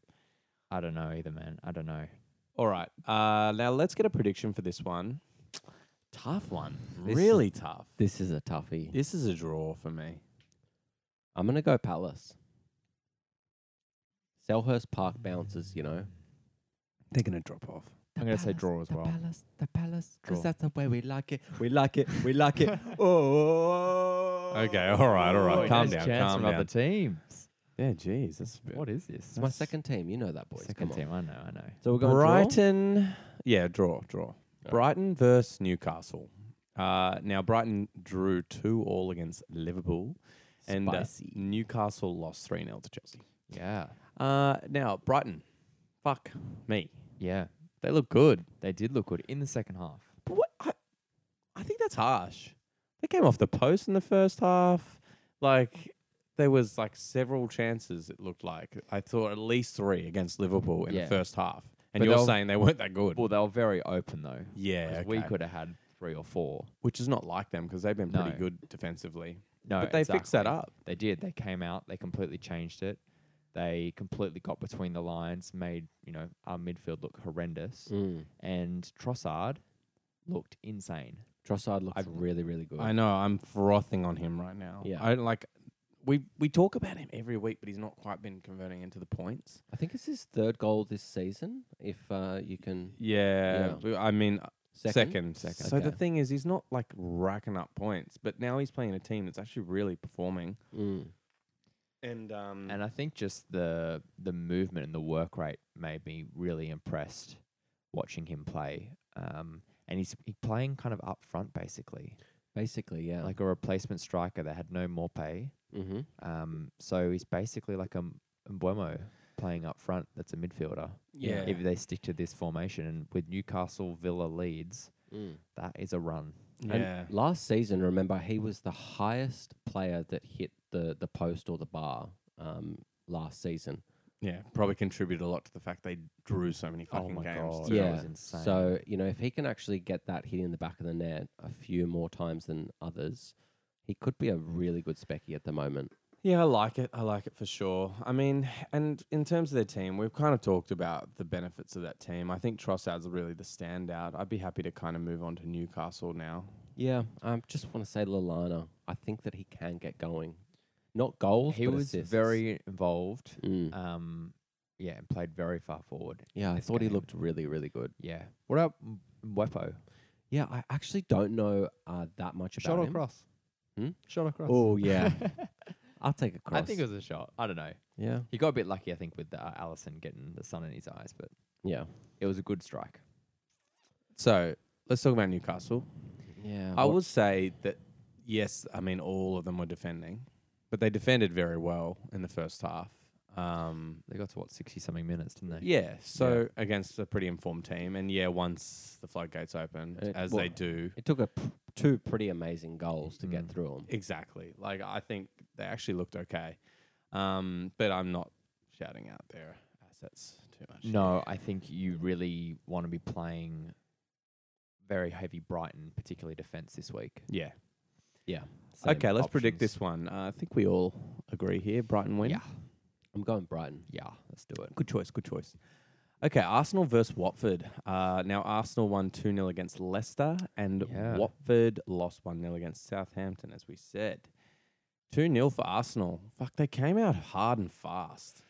Speaker 4: I don't know either, man. I don't know.
Speaker 3: All right, uh, now let's get a prediction for this one. Tough one,
Speaker 2: This-
Speaker 3: really tough.
Speaker 2: This is a toughie.
Speaker 3: This is a draw for me.
Speaker 2: I'm going to go Palace. Selhurst Park bounces, you know.
Speaker 3: They're gonna drop off.
Speaker 4: I'm gonna say draw as
Speaker 2: the
Speaker 4: well.
Speaker 2: Palace, the Palace,
Speaker 4: Draw.
Speaker 2: because that's the way we like it. We like it. We like it. oh.
Speaker 3: Okay, all right, all right.
Speaker 4: Oh,
Speaker 3: calm
Speaker 4: nice
Speaker 3: down,
Speaker 4: chance
Speaker 3: calm
Speaker 4: from
Speaker 3: down.
Speaker 4: other teams.
Speaker 3: yeah, jeez, that's a bit-
Speaker 4: What is this?
Speaker 2: It's my second team. You know that, boys.
Speaker 4: second
Speaker 2: Come on.
Speaker 4: team. I know. I know.
Speaker 2: So we're going draw?
Speaker 3: Brighton, yeah, draw, draw.
Speaker 2: Yeah.
Speaker 3: Brighton versus Newcastle. Uh, now Brighton drew two all against Liverpool, and uh,
Speaker 2: Spicy.
Speaker 3: Newcastle lost three 0 to Chelsea.
Speaker 4: Yeah,
Speaker 3: Uh, now Brighton, fuck me,
Speaker 4: yeah.
Speaker 3: they look good.
Speaker 4: They did look good in the second half.
Speaker 3: But what I, I think that's harsh. They came off the post in the first half. Like there was like several chances. It looked like I thought at least three against Liverpool in
Speaker 4: Yeah.
Speaker 3: the first half. And
Speaker 4: But
Speaker 3: you're
Speaker 4: they'll-
Speaker 3: saying they weren't that good.
Speaker 4: Well, they were very open though.
Speaker 3: yeah,
Speaker 4: 'cause
Speaker 3: okay.
Speaker 4: We could have had three or four.
Speaker 3: which is not like them because they've been pretty
Speaker 4: No.
Speaker 3: good defensively.
Speaker 4: No,
Speaker 3: but they fixed that
Speaker 4: exactly.
Speaker 3: up.
Speaker 4: They did. They came out. They completely changed it. They completely got between the lines, made you know our midfield look horrendous,
Speaker 2: Mm.
Speaker 4: and Trossard looked insane.
Speaker 2: Trossard looks
Speaker 3: I've-
Speaker 2: really, really good.
Speaker 3: I know I'm frothing on him right now.
Speaker 2: Yeah.
Speaker 3: I like we we talk about him every week, but he's not quite been converting into the points.
Speaker 2: I think it's his third goal this season, if uh, you can.
Speaker 3: Yeah, I mean uh, second,
Speaker 2: Second.
Speaker 3: So the
Speaker 2: Okay.
Speaker 3: thing is, he's not like racking up points, but now he's playing a team that's actually really performing.
Speaker 2: Mm.
Speaker 3: And um,
Speaker 4: And I think just the the movement and the work rate made me really impressed watching him play. Um, and he's he playing kind of up front basically,
Speaker 2: Basically, yeah.
Speaker 4: like a replacement striker that had no more pay.
Speaker 2: mm-hmm.
Speaker 4: Um, so he's basically like a Mbuemo playing up front. That's a midfielder.
Speaker 3: yeah,
Speaker 4: If they stick to this formation and with Newcastle, Villa, Leeds,
Speaker 2: Mm.
Speaker 4: that is a run.
Speaker 3: yeah,
Speaker 2: And last season, remember, he was the highest player that hit the, the post or the bar um, last season.
Speaker 3: yeah, probably contributed a lot to the fact they drew so many
Speaker 4: Oh
Speaker 3: fucking
Speaker 4: my
Speaker 3: games.
Speaker 4: God.
Speaker 3: too.
Speaker 4: Yeah. that was insane.
Speaker 2: So, you know, if he can actually get that hit in the back of the net a few more times than others, he could be a really good specky at the moment.
Speaker 3: Yeah, I like it. I like it for sure. I mean, and in terms of their team, we've kind of talked about the benefits of that team. I think Trossard's really the standout. I'd be happy to kind of move on to Newcastle now.
Speaker 2: Yeah, I um, just want to say Lalana. I think that he can get going. Not goals,
Speaker 4: He
Speaker 2: but
Speaker 4: was
Speaker 2: assists.
Speaker 4: very involved.
Speaker 2: Mm.
Speaker 4: Um, yeah, and played very far forward.
Speaker 2: yeah, I
Speaker 4: this
Speaker 2: thought he
Speaker 4: game.
Speaker 2: looked really, really good.
Speaker 4: Yeah. What about M- Mwepo?
Speaker 2: Yeah, I actually don't know uh, that much about
Speaker 4: Shot or
Speaker 2: him.
Speaker 4: cross?
Speaker 2: Hmm?
Speaker 4: Shot across.
Speaker 2: Oh yeah, I'll take a cross.
Speaker 4: I think it was a shot. I don't know.
Speaker 2: yeah,
Speaker 4: He got a bit lucky, I think, with uh, Allison getting the sun in his eyes, but
Speaker 2: yeah.
Speaker 4: it was a good strike.
Speaker 3: So let's talk about Newcastle.
Speaker 2: Yeah.
Speaker 3: I would say that yes, I mean all of them were defending, but they defended very well in the first half. Um,
Speaker 4: They got to what sixty something minutes, didn't they?
Speaker 3: yeah, so against a pretty informed team, and yeah, once the floodgates opened,
Speaker 2: It-
Speaker 3: as
Speaker 2: well-
Speaker 3: they do,
Speaker 2: It took a p- two pretty amazing goals to get
Speaker 4: Mm.
Speaker 2: through them.
Speaker 3: exactly. Like I think they actually looked okay, um, but I'm not shouting out their assets too much.
Speaker 4: No, I think you really want to be playing very heavy Brighton, particularly defence this week.
Speaker 3: Yeah.
Speaker 4: Same
Speaker 3: okay, let's predict
Speaker 4: options.
Speaker 3: this one. Uh, I think we all agree here. Brighton win.
Speaker 4: Yeah,
Speaker 2: I'm going Brighton.
Speaker 4: yeah, let's do it.
Speaker 3: Good choice. Good choice. Okay, Arsenal versus Watford. Uh, now, Arsenal won 2 0 against Leicester, and
Speaker 4: Yeah.
Speaker 3: Watford lost 1 0 against Southampton, as we said. 2 0 for Arsenal. Fuck, they came out hard and fast.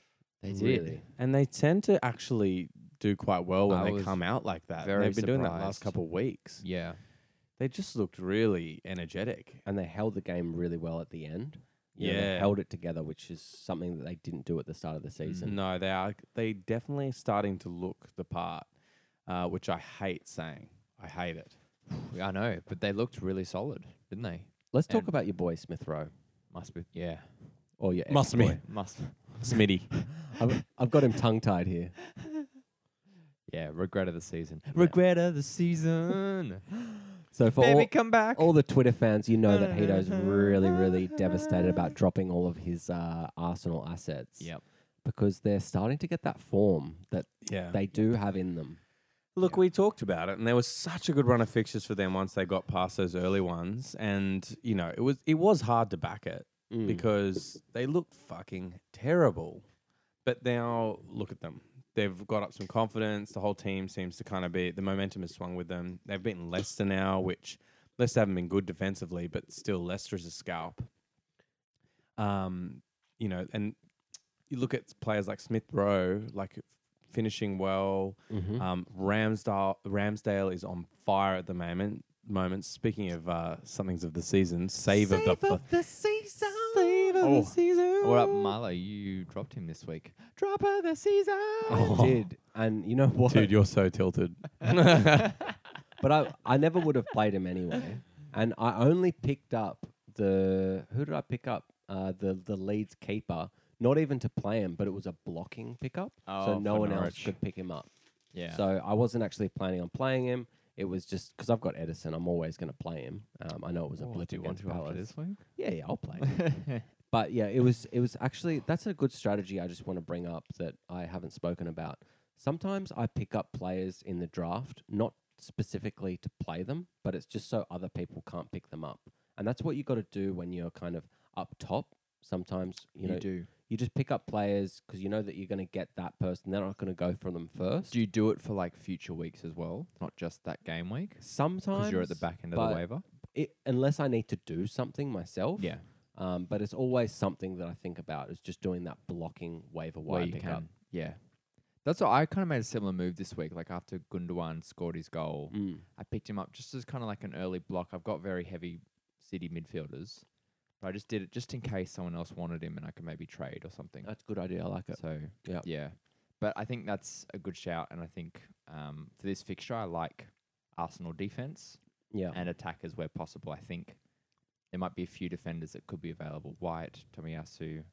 Speaker 4: They
Speaker 2: Really?
Speaker 3: And they tend to actually do quite well when
Speaker 4: I
Speaker 3: they
Speaker 4: was
Speaker 3: come out like that.
Speaker 4: very
Speaker 3: They've been doing that last
Speaker 4: surprised.
Speaker 3: couple of weeks.
Speaker 4: Yeah,
Speaker 3: They just looked really energetic.
Speaker 2: And they held the game really well at the end. You know, they
Speaker 3: Yeah.
Speaker 2: held it together, which is something that they didn't do at the start of the season.
Speaker 3: No, they are. They definitely starting to look the part, uh, which I hate saying. I hate it.
Speaker 4: I know, but they looked really solid, didn't they?
Speaker 2: Let's talk
Speaker 3: And-
Speaker 2: about your boy Smith Rowe.
Speaker 4: Must be, yeah,
Speaker 2: Or your
Speaker 3: Must
Speaker 2: ex-boy.
Speaker 3: be.
Speaker 4: must,
Speaker 3: Smitty.
Speaker 2: I've, I've got him tongue tied here.
Speaker 4: yeah. Regret of the season. Regret of the season.
Speaker 2: So for
Speaker 4: Baby,
Speaker 2: all,
Speaker 4: come back.
Speaker 2: all the Twitter fans, you know that Hito's really, really devastated about dropping all of his uh, Arsenal assets.
Speaker 4: Yep.
Speaker 2: Because they're starting to get that form that
Speaker 3: Oh, Yeah.
Speaker 2: they do have in them.
Speaker 3: Look, we talked about it, and there was such a good run of fixtures for them once they got past those early ones, and you know it was it was hard to back it because they looked fucking terrible, but now look at them. They've got up some confidence. The whole team seems to kind of be the momentum has swung with them. They've beaten Leicester now, which Leicester haven't been good defensively, but still Leicester is a scalp. Um, you know, and you look at players like Smith Rowe, like finishing well.
Speaker 2: Mhm.
Speaker 3: Um, Ramsdale Ramsdale is on fire at the moment. Moment. Speaking of uh, somethings of the season, save, of the,
Speaker 4: season.
Speaker 3: Oh.
Speaker 4: season. What up, Marla? You dropped him this week. Drop of the season.
Speaker 2: I did. And you know what?
Speaker 3: dude. You're so tilted.
Speaker 2: but I, I never would have played him anyway. And I only picked up the who did I pick up? Uh, the the Leeds keeper. Not even to play him, but it was a blocking pickup, so
Speaker 4: Oh,
Speaker 2: no
Speaker 4: for
Speaker 2: one else
Speaker 4: Norwich.
Speaker 2: could pick him up.
Speaker 4: Yeah.
Speaker 2: So I wasn't actually planning on playing him. It was just because I've got Edison. I'm always going to play him. Um, I know it was a
Speaker 4: Oh,
Speaker 2: blip
Speaker 4: do you want
Speaker 2: against
Speaker 4: to after
Speaker 2: Palace.
Speaker 4: this week?
Speaker 2: Yeah, yeah, I'll play. him. but yeah, it was it was actually that's a good strategy. I just want to bring up that I haven't spoken about. Sometimes I pick up players in the draft, not specifically to play them, but it's just so other people can't pick them up. And that's what you got to do when you're kind of up top. Sometimes you know
Speaker 4: do.
Speaker 2: you just pick up players because you know that you're going to get that person. They're not going to go for them first.
Speaker 4: Do you do it for like future weeks as well, not just that game week?
Speaker 2: Sometimes
Speaker 4: Because you're at the back end of
Speaker 2: but-
Speaker 4: the waiver.
Speaker 2: it, unless I need to do something myself.
Speaker 4: Yeah,
Speaker 2: Um, but it's always something that I think about is just doing that blocking waiver
Speaker 4: where
Speaker 2: wire
Speaker 4: you
Speaker 2: pickup.
Speaker 4: can. Yeah, that's what I kind of made a similar move this week. Like after Gundogan scored his goal,
Speaker 2: Mm.
Speaker 4: I picked him up just as kind of like an early block. I've got very heavy city midfielders, but I just did it just in case someone else wanted him and I could maybe trade or something.
Speaker 2: That's a good idea. I like it.
Speaker 4: So
Speaker 2: Yep.
Speaker 4: yeah, but I think that's a good shout, and I think um, for this fixture, I like Arsenal defense.
Speaker 2: Yeah.
Speaker 4: and attackers where possible. I think there might be a few defenders that could be available. White, Tomiyasu.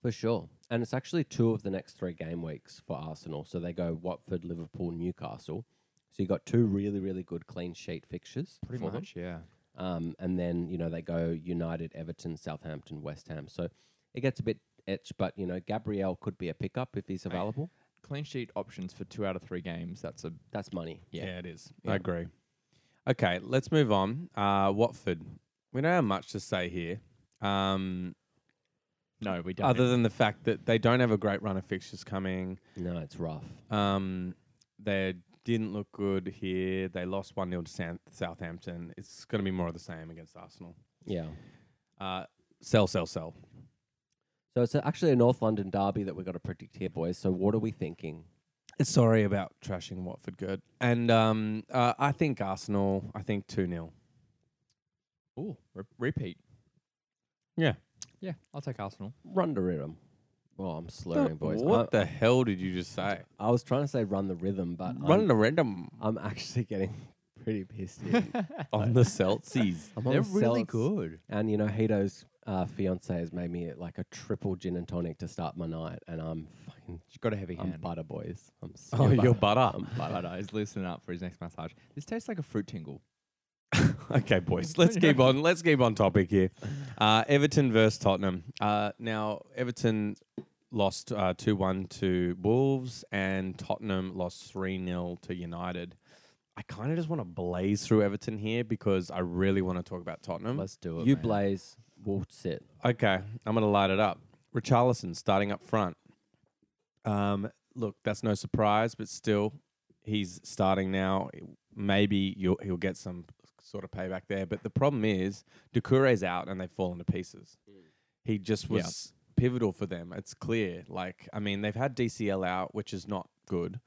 Speaker 2: For sure. And it's actually two of the next three game weeks for Arsenal. So they go Watford, Liverpool, Newcastle. So you got two really, really good clean sheet fixtures. for them.
Speaker 4: yeah.
Speaker 2: Um, and then, you know, they go United, Everton, Southampton, West Ham. So it gets a bit etched, but, you know, Gabriel could be a pickup if he's available.
Speaker 4: Clean sheet options for two out of three games. That's a
Speaker 2: That's money.
Speaker 4: Yeah.
Speaker 3: it is.
Speaker 2: Yeah.
Speaker 3: I agree. Okay, let's move on. Uh, Watford. We don't have much to say here, um,
Speaker 4: no, we don't.
Speaker 3: other than the fact that they don't have a great run of fixtures coming.
Speaker 2: No, it's rough.
Speaker 3: Um, they didn't look good here. They lost 1 0 to San- Southampton. It's going to be more of the same against Arsenal.
Speaker 2: Yeah.
Speaker 3: Uh, sell, sell, sell.
Speaker 2: So it's actually a North London derby that we've got to predict here, boys. So what are we thinking?
Speaker 3: Sorry about trashing Watford, good. And um, uh, I think Arsenal, I think 2 0.
Speaker 4: Ooh, re- repeat.
Speaker 3: Yeah.
Speaker 4: Yeah, I'll take Arsenal.
Speaker 2: Run to Rhythm. Well, I'm slurring, boys.
Speaker 3: What
Speaker 2: I,
Speaker 3: the hell did you just say?
Speaker 2: I was trying to say run the rhythm, but
Speaker 3: Running
Speaker 2: I'm,
Speaker 3: a random
Speaker 2: I'm actually getting pretty pissed. Here.
Speaker 3: on the Celsies.
Speaker 2: I'm on
Speaker 4: They're
Speaker 2: the
Speaker 4: really
Speaker 2: Celts,
Speaker 4: good.
Speaker 2: And you know, Hito's uh, fiance has made me like a triple gin and tonic to start my night, and I'm fucking
Speaker 4: She's got a heavy
Speaker 2: I'm
Speaker 4: hand.
Speaker 2: butter, boys. I'm so
Speaker 3: Oh, your butter.
Speaker 2: I'm
Speaker 4: I
Speaker 2: butter.
Speaker 4: don't know. He's loosening up for his next massage. This tastes like a fruit tingle.
Speaker 3: Okay, boys, let's keep on. Let's keep on topic here. Uh, Everton versus Tottenham. Uh, now, Everton lost uh, two one to Wolves, and Tottenham lost three 0 to United. I kind of just want to blaze through Everton here because I really want to talk about Tottenham.
Speaker 4: Let's do it.
Speaker 2: You
Speaker 4: man.
Speaker 2: blaze, we'll sit.
Speaker 3: Okay, I'm going to light it up. Richarlison starting up front. Um, look, that's no surprise, but still, he's starting now. Maybe you'll, he'll get some sort of payback there. But the problem is, Decore's out and they've fallen to pieces.
Speaker 2: Hmm.
Speaker 3: He just
Speaker 4: Yeah.
Speaker 3: was pivotal for them. It's clear. Like, I mean, they've had DCL out, which is not good.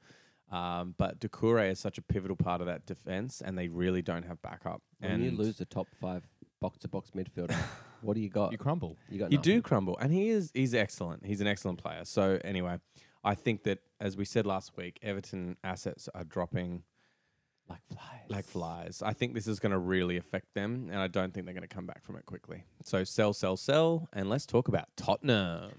Speaker 3: Um, but Decoure is such a pivotal part of that defense, and they really don't have backup.
Speaker 2: When
Speaker 3: and
Speaker 2: you lose the top five box to box midfielder, what do you got?
Speaker 4: You
Speaker 2: You,
Speaker 4: crumble.
Speaker 2: got
Speaker 3: You
Speaker 2: nothing.
Speaker 3: do crumble, and he is he's excellent. He's an excellent player. So anyway, I think that as we said last week, Everton assets are dropping
Speaker 2: like flies.
Speaker 3: like flies. I think this is going to really affect them, and I don't think they're going to come back from it quickly. So sell, sell, sell, and let's talk about Tottenham.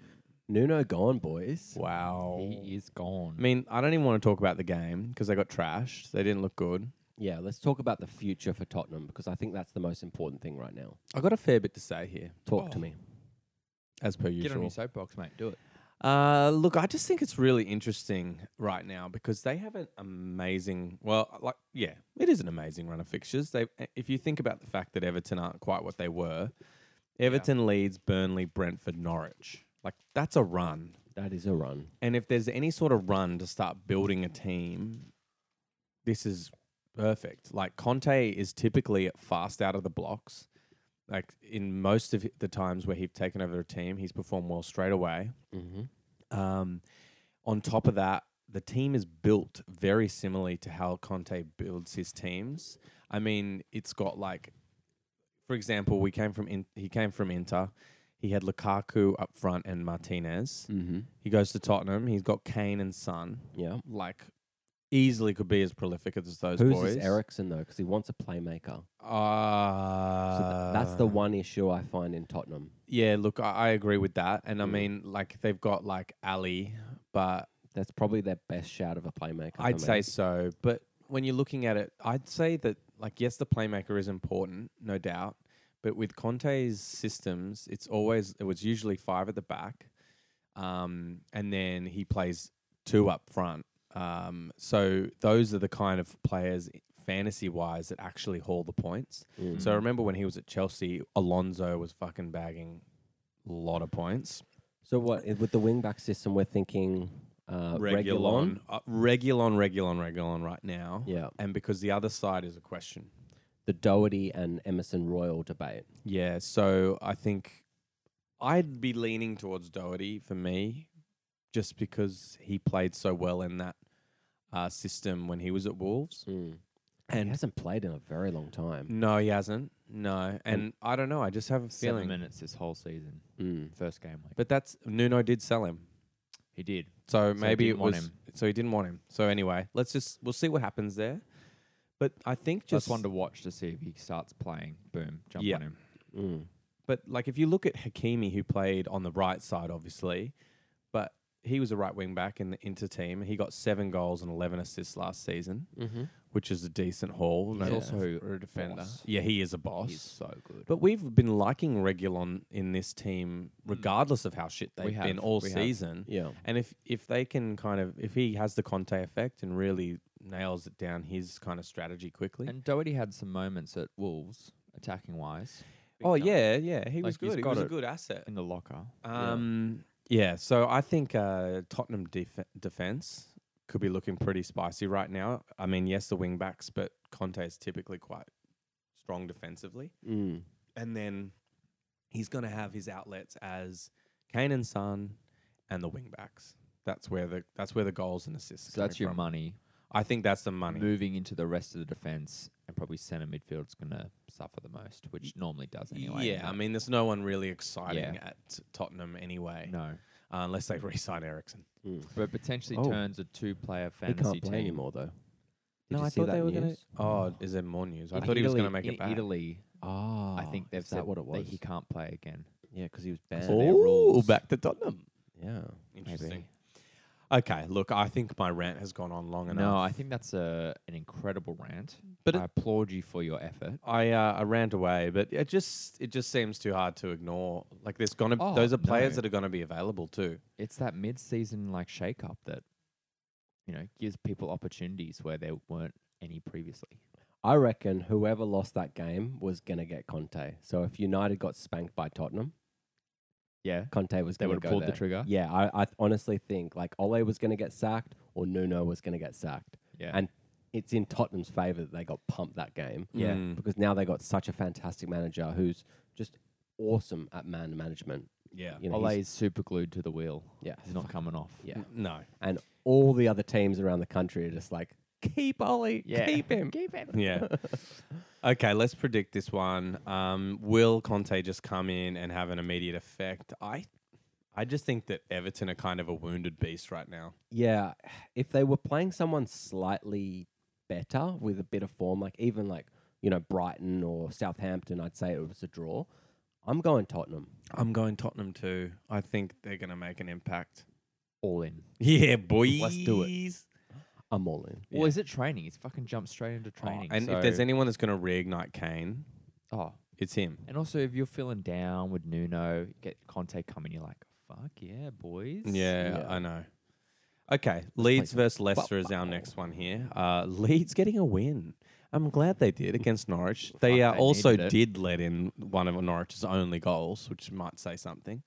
Speaker 2: Nuno gone, boys.
Speaker 3: Wow.
Speaker 4: He is gone.
Speaker 3: I mean, I don't even want to talk about the game because they got trashed. They didn't look good.
Speaker 2: Yeah, let's talk about the future for Tottenham because I think that's the most important thing right now.
Speaker 3: I got a fair bit to say here,
Speaker 2: Talk to me.
Speaker 3: as per
Speaker 4: Get
Speaker 3: usual.
Speaker 4: on your soapbox, mate. Do it.
Speaker 3: Uh, look, I just think it's really interesting right now because they have an amazing. Well, uh, like yeah, it is an amazing run of fixtures. They, if you think about the fact that Everton aren't quite what they were, Everton leads Burnley, Brentford, Norwich. Like that's a run.
Speaker 2: That is a run.
Speaker 3: And if there's any sort of run to start building a team, this is perfect. Like Conte is typically fast out of the blocks. Like in most of the times where he's taken over a team, he's performed well straight away.
Speaker 2: Mm-hmm.
Speaker 3: Um, on top of that, the team is built very similarly to how Conte builds his teams. I mean, it's got like, for example, we came from in, he came from Inter. He had Lukaku up front and Martinez.
Speaker 2: Mm-hmm.
Speaker 3: He goes to Tottenham. He's got Kane and Son.
Speaker 2: Yeah.
Speaker 3: Like, easily could be as prolific as those
Speaker 2: Who's
Speaker 3: boys.
Speaker 2: this Ericsson though? Because he wants a playmaker.
Speaker 3: Uh,
Speaker 2: So th- that's the one issue I find in Tottenham.
Speaker 3: Yeah, look, I, I agree with that. And I
Speaker 2: Mm.
Speaker 3: mean, like, they've got like Ali, but
Speaker 2: That's probably their best shout of a playmaker. for
Speaker 3: I'd
Speaker 2: me.
Speaker 3: say so, but when you're looking at it, I'd say that like yes, the playmaker is important, no doubt, but with Conte's systems, it's always it was usually five at the back, um, and then he plays two up front. Um, so those are the kind of players fantasy wise that actually haul the points.
Speaker 2: Mm.
Speaker 3: So I remember when he was at Chelsea, Alonso was fucking bagging a lot of points.
Speaker 2: So what i- with the wing back system? We're thinking uh, Regulon.
Speaker 3: Regulon, uh, Regulon, Regulon, Regulon, right now
Speaker 2: Yeah,
Speaker 3: and because the other side is a question.
Speaker 2: the Doherty and Emerson Royal debate.
Speaker 3: Yeah, so I think I'd be leaning towards Doherty for me, just because he played so well in that uh, system when he was at Wolves.
Speaker 2: Mm. he
Speaker 3: And
Speaker 2: hasn't played in a very long time.
Speaker 3: no, he hasn't. No, and I don't know. I just have a
Speaker 4: Seven
Speaker 3: feeling.
Speaker 4: minutes this whole season.
Speaker 2: Mm.
Speaker 4: First game week.
Speaker 3: But that's Nuno did sell him,
Speaker 4: he did.
Speaker 3: so
Speaker 4: he
Speaker 3: maybe
Speaker 4: didn't
Speaker 3: it
Speaker 4: want
Speaker 3: was.
Speaker 4: him.
Speaker 3: So he didn't want him. So anyway, let's just we'll see what happens there. But I think just
Speaker 4: Just one to watch to see if he starts playing. Boom. Jump
Speaker 3: Yeah.
Speaker 4: on him.
Speaker 2: Mm.
Speaker 3: But like if you look at Hakimi, who played on the right side, obviously, but he was a right wing back in the Inter team. He got seven goals and eleven assists last season,
Speaker 2: Mm-hmm.
Speaker 3: which is a decent haul.
Speaker 4: He's
Speaker 3: no-
Speaker 4: also
Speaker 3: for a defender.
Speaker 4: boss.
Speaker 3: Yeah, he is a boss.
Speaker 4: He's so good.
Speaker 3: but we've been liking Regulon in this team, regardless of how shit
Speaker 4: Mm. We
Speaker 3: they've
Speaker 4: have,
Speaker 3: been all
Speaker 4: we have.
Speaker 3: season.
Speaker 2: Yeah.
Speaker 3: And if if they can kind of if he has the Conte effect and really nails it down his kind of strategy quickly.
Speaker 4: and Doherty had some moments at Wolves, attacking wise.
Speaker 3: oh yeah, yeah, he
Speaker 4: Like,
Speaker 3: was
Speaker 4: he's
Speaker 3: good. He
Speaker 4: got
Speaker 3: was a
Speaker 4: it.
Speaker 3: good asset.
Speaker 4: In the locker.
Speaker 3: Um, yeah. so I think uh, Tottenham def- defense could be looking pretty spicy right now. I mean, yes, the wing backs, but Conte is typically quite strong defensively,
Speaker 2: Mm.
Speaker 3: and then he's going to have his outlets as Kane and Son and the wing backs. That's where the that's where the goals and assists. are
Speaker 4: So that's
Speaker 3: coming
Speaker 4: your
Speaker 3: from.
Speaker 4: money,
Speaker 3: I think that's the money.
Speaker 4: Moving into the rest of the defense and probably centre midfield's gonna suffer the most, which normally does anyway.
Speaker 3: yeah, I
Speaker 4: but
Speaker 3: mean, there's no one really exciting
Speaker 4: Yeah.
Speaker 3: at Tottenham anyway.
Speaker 4: no.
Speaker 3: uh, unless they re-sign Ericsson.
Speaker 2: Mm.
Speaker 4: But potentially
Speaker 2: Oh.
Speaker 4: turns a
Speaker 2: He
Speaker 4: two-player fantasy
Speaker 2: can't
Speaker 4: team.
Speaker 2: play anymore though. Did
Speaker 4: No,
Speaker 2: you
Speaker 4: I
Speaker 2: see
Speaker 4: thought
Speaker 2: that
Speaker 4: they were
Speaker 2: news?
Speaker 4: gonna.
Speaker 3: Oh, is there more news? I
Speaker 4: in
Speaker 3: thought he was going to
Speaker 4: Italy-
Speaker 3: make
Speaker 4: in
Speaker 3: it back. Ah,
Speaker 4: Italy,
Speaker 2: Oh,
Speaker 4: I think they've
Speaker 2: is that
Speaker 4: said
Speaker 2: what it was.
Speaker 4: that he can't play again.
Speaker 2: yeah, because he was banned.
Speaker 4: their
Speaker 3: Oh,
Speaker 4: rules.
Speaker 3: back to Tottenham.
Speaker 2: Yeah.
Speaker 3: Interesting.
Speaker 4: Maybe.
Speaker 3: Okay, look, I think my rant has gone on long enough.
Speaker 4: No, I think that's a an incredible rant.
Speaker 3: But
Speaker 4: But
Speaker 3: it-
Speaker 4: I applaud you for your effort.
Speaker 3: I uh, I rant away, but it just it just seems too hard to ignore. Like there's gonna
Speaker 4: Oh,
Speaker 3: those are players
Speaker 4: no.
Speaker 3: that are gonna be available too.
Speaker 4: It's that mid-season like shake-up that you know gives people opportunities where there weren't any previously.
Speaker 2: I reckon whoever lost that game was gonna get Conte. So if United got spanked by Tottenham,
Speaker 4: Yeah,
Speaker 2: Conte was
Speaker 4: they
Speaker 2: gonna
Speaker 4: would
Speaker 2: go
Speaker 4: have pulled the
Speaker 2: there.
Speaker 4: trigger.
Speaker 2: Yeah, I, I th- honestly think like Ole was gonna get sacked or Nuno was gonna get sacked.
Speaker 4: Yeah,
Speaker 2: And it's in Tottenham's favour that they got pumped that game.
Speaker 4: Yeah.
Speaker 3: Mm.
Speaker 2: Because now they got such a fantastic manager who's just awesome at man management.
Speaker 3: yeah,
Speaker 2: You know,
Speaker 4: Ole
Speaker 2: he's-
Speaker 4: is super glued to the wheel.
Speaker 2: yeah,
Speaker 4: He's not coming off.
Speaker 2: yeah.
Speaker 3: no,
Speaker 2: And all the other teams around the country are just like, keep Ole,
Speaker 4: Yeah.
Speaker 2: keep him.
Speaker 4: Keep it.
Speaker 3: yeah. okay, let's predict this one. Um, will Conte just come in and have an immediate effect? I I just think that Everton are kind of a wounded beast right now.
Speaker 2: Yeah, if they were playing someone slightly better with a bit of form, like even like you know Brighton or Southampton, I'd say it was a draw. I'm going Tottenham.
Speaker 3: I'm going Tottenham too. I think they're gonna make an impact.
Speaker 4: All in.
Speaker 3: Yeah, boys.
Speaker 4: Let's do
Speaker 3: it.
Speaker 2: I'm all in.
Speaker 4: Well, is it training? He's fucking jumped straight into training.
Speaker 3: Oh, and if there's
Speaker 4: so-
Speaker 3: anyone that's gonna reignite Kane,
Speaker 4: oh,
Speaker 3: it's him.
Speaker 4: and also if you're feeling down with Nuno, get Conte coming. You're like, fuck yeah, boys.
Speaker 3: Yeah,
Speaker 2: Yeah.
Speaker 3: I know. Okay, Leeds
Speaker 2: some
Speaker 3: versus Leicester is our
Speaker 4: oh.
Speaker 3: next one here. Uh, Leeds getting a win. I'm glad they did against Norwich. They,
Speaker 4: Fuck,
Speaker 3: uh,
Speaker 4: they
Speaker 3: also
Speaker 4: needed it.
Speaker 3: did let in one of Norwich's only goals, which might say something.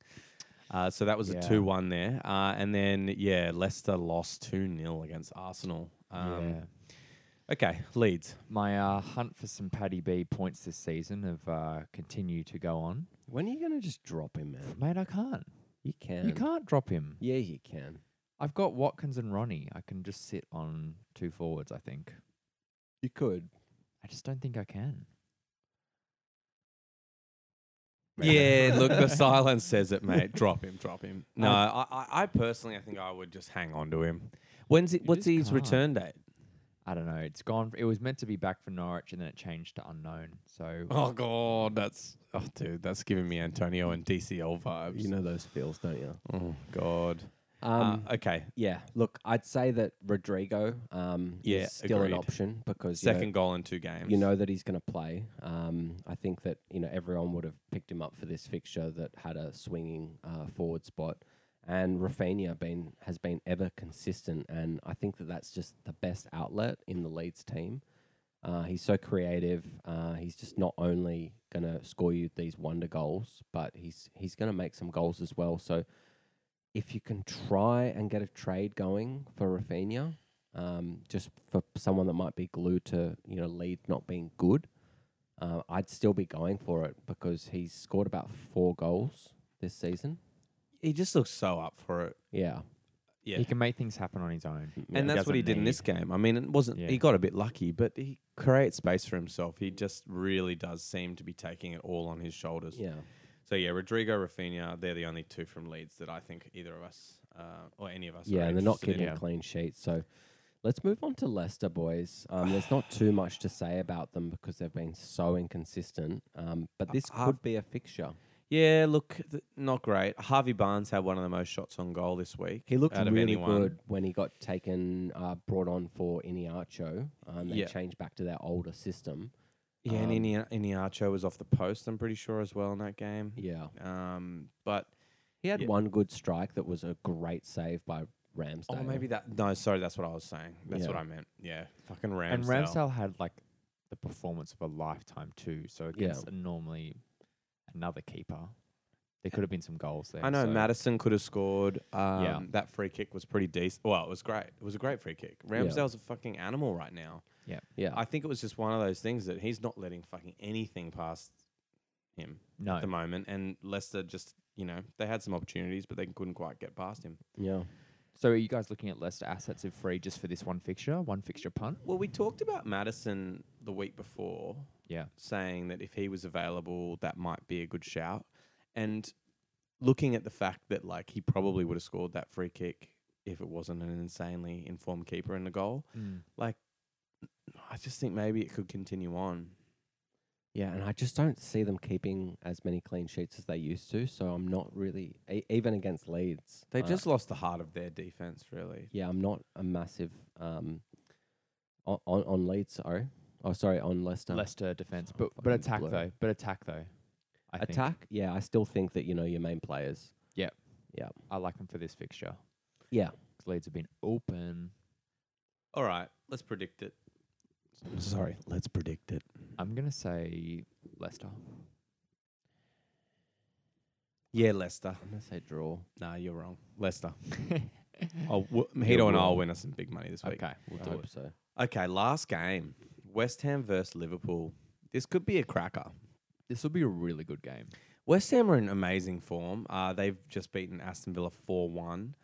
Speaker 3: Uh, so that was
Speaker 4: Yeah.
Speaker 3: a 2 1 there. Uh, and then, yeah, Leicester lost 2 0 against Arsenal. Um,
Speaker 4: Yeah.
Speaker 3: Okay, Leeds.
Speaker 4: My uh, hunt for some Paddy B points this season have uh, continued to go on.
Speaker 2: When are you gonna just drop him, man?
Speaker 4: Mate, I can't.
Speaker 2: You can.
Speaker 4: You can't drop him.
Speaker 2: Yeah, you can.
Speaker 4: I've got Watkins and Ronnie. I can just sit on two forwards, I think.
Speaker 2: You could.
Speaker 4: I just don't think I can.
Speaker 3: Yeah, look, the silence says it, mate. Drop him, drop him. No, I, I, I personally, I think I would just hang on to him. When's it,
Speaker 4: You
Speaker 3: what's
Speaker 4: just
Speaker 3: his
Speaker 4: can't.
Speaker 3: return date?
Speaker 4: I don't know. It's gone. It was meant to be back for Norwich and then it changed to unknown. So
Speaker 3: Oh god, that's oh dude, that's giving me Antonio and DCL vibes.
Speaker 2: You know those feels, don't you?
Speaker 3: Oh god.
Speaker 2: Um,
Speaker 3: uh, okay,
Speaker 2: yeah. Look, I'd say that Rodrigo um,
Speaker 3: Yeah,
Speaker 2: is still
Speaker 3: agreed.
Speaker 2: an option because you know,
Speaker 3: second goal in two games.
Speaker 2: you know that he's going to play. Um, I think that you know everyone would have picked him up for this fixture that had a swinging uh, forward spot, and Rafinha been has been ever consistent, and I think that that's just the best outlet in the Leeds team. Uh, he's so creative. Uh, he's just not only going to score you these wonder goals, but he's he's going to make some goals as well. So if you can try and get a trade going for Rafinha, um, just for someone that might be glued to you know Leeds not being good, uh, I'd still be going for it because he's scored about four goals this season.
Speaker 3: he just looks so up for it.
Speaker 2: Yeah,
Speaker 3: Yeah.
Speaker 4: he can make things happen on his own.
Speaker 3: and
Speaker 4: he
Speaker 3: that's what he did
Speaker 4: doesn't
Speaker 3: in this game. I mean, it wasn't
Speaker 4: Yeah.
Speaker 3: he got a bit lucky, but he creates space for himself. He just really does seem to be taking it all on his shoulders.
Speaker 2: yeah.
Speaker 3: So yeah, Rodrigo, Rafinha, they're the only two from Leeds that I think either of us uh, or any of us.
Speaker 2: Yeah,
Speaker 3: are
Speaker 2: and they're not
Speaker 3: interested
Speaker 2: getting
Speaker 3: in.
Speaker 4: Yeah.
Speaker 2: clean sheets. So let's move on to Leicester, boys. Um, there's not too much to say about them because they've been so inconsistent. Um, but this
Speaker 3: I've-
Speaker 2: could be a fixture.
Speaker 3: Yeah, look, th- not great. Harvey Barnes had one of the most shots on goal this week.
Speaker 2: He looked
Speaker 3: out of
Speaker 2: really
Speaker 3: anyone.
Speaker 2: good when he got taken, uh, brought on for Iniacho. Um, they
Speaker 3: Yeah.
Speaker 2: changed back to their older system.
Speaker 3: Yeah, and
Speaker 2: Um,
Speaker 3: Ini- Iniacho was off the post, I'm pretty sure, as well in that game.
Speaker 2: Yeah.
Speaker 3: Um, but
Speaker 2: He had
Speaker 3: Yeah.
Speaker 2: one good strike that was a great save by Ramsdale.
Speaker 3: oh, maybe that. No, sorry, that's what I was saying. That's what
Speaker 2: Yeah.
Speaker 3: I meant. Yeah, fucking Ramsdale.
Speaker 4: And Ramsdale had like the performance of a lifetime too. So against a normally another keeper, there could have been some goals there.
Speaker 3: I know
Speaker 4: so
Speaker 3: Madison could have scored. Um, that free kick was pretty decent. Well, it was great. It was a great free kick. Ramsdale's a fucking animal right now.
Speaker 2: Yeah.
Speaker 3: I think it was just one of those things that he's not letting fucking anything past him
Speaker 4: No,
Speaker 3: at the moment. And Leicester just, you know, they had some opportunities, but they couldn't quite get past him.
Speaker 2: yeah.
Speaker 4: So are you guys looking at Leicester assets if free just for this one fixture, one fixture punt?
Speaker 3: Well, we talked about Madison the week before,
Speaker 4: Yeah.
Speaker 3: saying that if he was available, that might be a good shout. And looking at the fact that like he probably would have scored that free kick if it wasn't an insanely informed keeper in the goal. I just think maybe it could continue on.
Speaker 2: Yeah, and I just don't see them keeping as many clean sheets as they used to. So I'm not really, e- even against Leeds,
Speaker 3: They
Speaker 2: uh,
Speaker 3: just lost the heart of their defense, really.
Speaker 2: yeah, I'm not a massive um on on, on Leeds. Sorry, oh sorry, on Leicester.
Speaker 4: Leicester defense,
Speaker 2: So
Speaker 4: but but
Speaker 2: fucking
Speaker 4: attack
Speaker 2: blur.
Speaker 4: though. But attack though. I think.
Speaker 2: attack. Yeah, I still think that you know your main players.
Speaker 4: I like them for this fixture.
Speaker 2: Yeah.
Speaker 4: 'Cause Leeds have been open.
Speaker 3: All right, let's predict it. Sorry, let's predict it.
Speaker 4: I'm gonna say Leicester.
Speaker 3: Yeah, Leicester.
Speaker 2: I'm gonna say draw.
Speaker 3: Nah, you're wrong. Leicester. I'll, w- Mojito
Speaker 4: You're
Speaker 3: and I'll
Speaker 4: wrong.
Speaker 3: win us some big money this week.
Speaker 4: Okay, we'll
Speaker 2: I
Speaker 4: do
Speaker 2: hope
Speaker 4: it.
Speaker 2: so.
Speaker 3: Okay, last game West Ham versus Liverpool. This could be a cracker.
Speaker 4: This will be a really good game.
Speaker 3: West Ham are in amazing form. Uh, they've just beaten Aston Villa 4 1.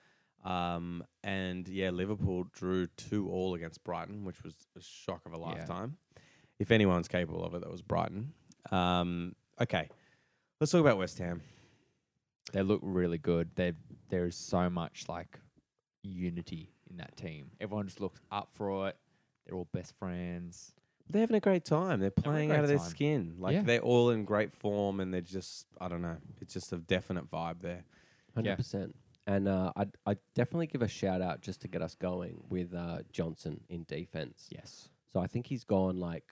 Speaker 3: Um, and yeah, Liverpool drew 2 all against Brighton, which was a shock of a lifetime. If anyone's capable of it, that was Brighton. Um, okay, let's talk about West Ham.
Speaker 4: They look really good. They there is so much like unity in that team. Everyone just looks up for it. They're all best friends.
Speaker 3: They're having a great time. They're
Speaker 4: having a
Speaker 3: playing out
Speaker 4: great
Speaker 3: of their
Speaker 4: time.
Speaker 3: skin. Like
Speaker 4: Yeah.
Speaker 3: they're all in great form and they're just, I don't know, it's just a definite vibe there.
Speaker 2: Hundred
Speaker 4: Yeah.
Speaker 2: percent. And uh, I'd I'd definitely give a shout out just to get us going with uh, Johnson in defense.
Speaker 4: Yes.
Speaker 2: So I think he's gone like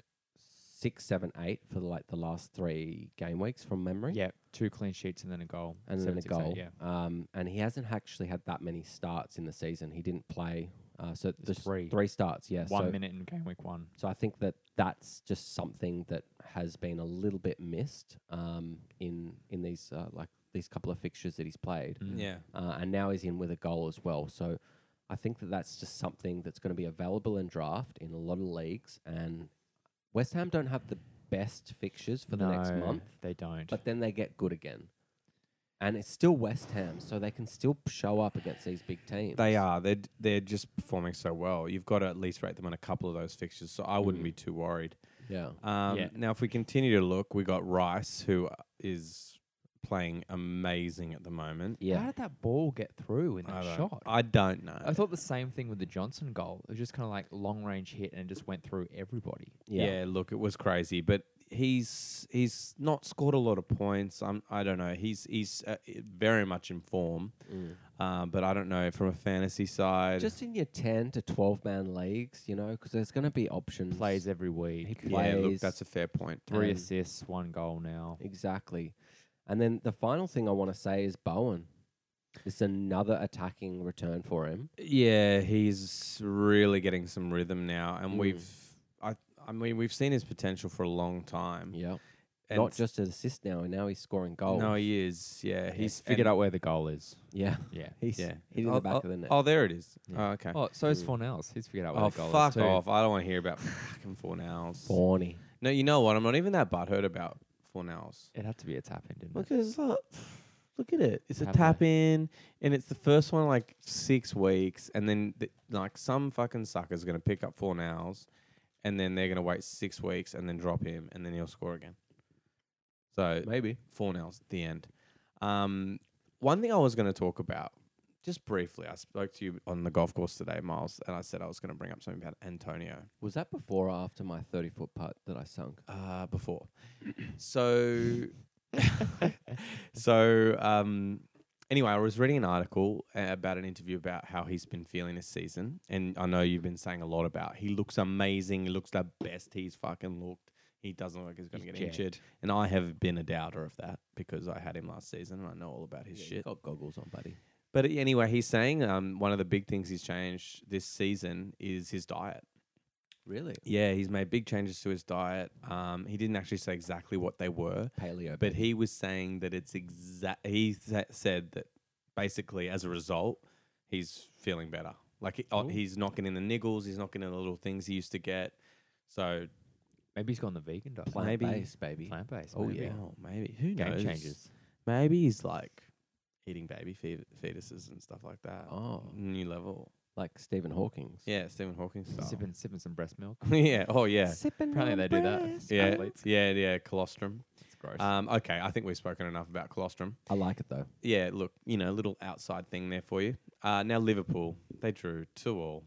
Speaker 2: six, seven, eight for like the last three game weeks from memory.
Speaker 4: Yeah. Two clean sheets and then a goal.
Speaker 2: and
Speaker 4: Seven,
Speaker 2: then a
Speaker 4: six, eight,
Speaker 2: goal.
Speaker 4: yeah.
Speaker 2: Um, and he hasn't actually had that many starts in the season. He didn't play. Uh, so there's
Speaker 4: three.
Speaker 2: three. starts, yeah.
Speaker 4: One
Speaker 2: so,
Speaker 4: minute in game week one.
Speaker 2: so I think that that's just something that has been a little bit missed um, in in these uh, like these couple of fixtures that he's played,
Speaker 4: Mm.
Speaker 3: Yeah.
Speaker 2: uh, and now he's in with a goal as well. So I think that that's just something that's going to be available in draft in a lot of leagues. And West Ham don't have the best fixtures for the next
Speaker 4: No,
Speaker 2: month
Speaker 4: They don't.
Speaker 2: but then they get good again. And it's still West Ham, so they can still p- show up against these big teams.
Speaker 3: They are. They're d- they're just performing so well. You've got to at least rate them on a couple of those fixtures, so I wouldn't
Speaker 2: Mm.
Speaker 3: be too worried.
Speaker 2: Yeah.
Speaker 3: Um,
Speaker 4: Yeah.
Speaker 3: Now, if we continue to look, we got Rice, who uh, is playing amazing at the moment.
Speaker 4: How
Speaker 2: Yeah.
Speaker 4: did that ball get through in that
Speaker 3: I don't,
Speaker 4: shot?
Speaker 3: I don't know.
Speaker 4: I thought the same thing with the Johnson goal. It was just kind of like long range hit and it just went through everybody.
Speaker 2: Yeah.
Speaker 3: yeah. look, it was crazy, but he's he's not scored a lot of points. I'm, I don't know. He's he's uh, i- very much in form,
Speaker 2: Mm.
Speaker 3: um, but I don't know from a fantasy side.
Speaker 2: Just in your 10 to 12 man leagues, you know, because there's going to be options.
Speaker 4: Plays every week.
Speaker 2: He
Speaker 3: yeah, look,
Speaker 2: plays.
Speaker 3: that's a fair point.
Speaker 4: Three
Speaker 2: and-
Speaker 4: assists, one goal now.
Speaker 2: Exactly. And then the final thing I want to say is Bowen. It's another attacking return for him.
Speaker 3: Yeah, he's really getting some rhythm now, and
Speaker 2: Mm.
Speaker 3: we've I I mean we've seen his potential for a long time.
Speaker 2: Yeah.
Speaker 3: And
Speaker 2: Not just an assist now, and now he's scoring goals.
Speaker 3: no, he is. Yeah,
Speaker 4: He's
Speaker 3: he's
Speaker 4: figured
Speaker 3: and-
Speaker 4: out where the goal is.
Speaker 2: Yeah.
Speaker 4: Yeah.
Speaker 2: He's
Speaker 3: Yeah,
Speaker 2: hitting
Speaker 3: Oh,
Speaker 2: the back
Speaker 3: oh,
Speaker 2: of the net.
Speaker 3: Oh, there it is.
Speaker 4: Yeah.
Speaker 3: Oh, okay.
Speaker 4: Oh, so is
Speaker 2: Mm.
Speaker 4: Fornells. He's figured out where
Speaker 3: Oh,
Speaker 4: the goal
Speaker 3: fuck
Speaker 4: is. too.
Speaker 3: off! I don't want to hear about fucking Fornals.
Speaker 2: Fawny.
Speaker 3: No, you know what? I'm not even that butthurt about Fornals.
Speaker 4: It'd have to be a tap in, didn't
Speaker 3: Look
Speaker 4: it?
Speaker 3: at his look. Look at it. It's a
Speaker 4: Have a-
Speaker 3: tap in, and it's the first one in like six weeks, and then th- like some fucking sucker's gonna pick up four nows, and then they're gonna wait six weeks and then drop him, and then he'll score again. So
Speaker 2: Maybe.
Speaker 3: four nows, the end. Um, one thing I was gonna talk about just briefly, I spoke to you on the golf course today, Miles, and I said I was gonna bring up something about Antonio.
Speaker 2: Was that before or after my 30 foot putt that I sunk?
Speaker 3: uh, before. So, so um, anyway, I was reading an article uh, about an interview about how he's been feeling this season, and I know you've been saying a lot about he looks amazing. He looks the best he's fucking looked. He doesn't look like he's going to
Speaker 4: He's
Speaker 3: get
Speaker 4: jacked.
Speaker 3: injured, and I have been a doubter of that because I had him last season and I know all about his
Speaker 2: Yeah, you
Speaker 3: shit.
Speaker 2: Got goggles on, buddy.
Speaker 3: But anyway, he's saying um, one of the big things he's changed this season is his diet.
Speaker 2: Really?
Speaker 3: Yeah, he's made big changes to his diet. Um, he didn't actually say exactly what they were,
Speaker 2: Paleo.
Speaker 3: but he was saying that it's exact. He sa- said that basically, as a result, he's feeling better. Like he, oh,
Speaker 4: Cool.
Speaker 3: he's not getting the niggles, he's not getting the little things he used to get. So
Speaker 4: Maybe he's gone the vegan diet.
Speaker 2: plant
Speaker 3: maybe-
Speaker 2: based, baby.
Speaker 4: Plant based.
Speaker 2: Oh,
Speaker 4: maybe.
Speaker 2: yeah.
Speaker 3: wow, maybe who
Speaker 4: Game
Speaker 3: knows?
Speaker 4: changes.
Speaker 3: Maybe he's like eating baby fe- fetuses and stuff like that.
Speaker 2: Oh,
Speaker 3: New level.
Speaker 2: like Stephen Hawking's.
Speaker 3: Mm. Yeah, Stephen Hawking style.
Speaker 4: Sipping, sipping some breast milk.
Speaker 3: yeah. Oh yeah.
Speaker 2: Sipping
Speaker 4: Apparently
Speaker 2: on
Speaker 4: they do that.
Speaker 2: breast.
Speaker 3: Yeah.
Speaker 4: Athletes.
Speaker 3: Yeah. Yeah. Colostrum.
Speaker 4: It's gross.
Speaker 3: Um, okay, I think we've spoken enough about colostrum.
Speaker 2: I like it though.
Speaker 3: Yeah, look, you know, little outside thing there for you. Uh, now Liverpool, they drew two all.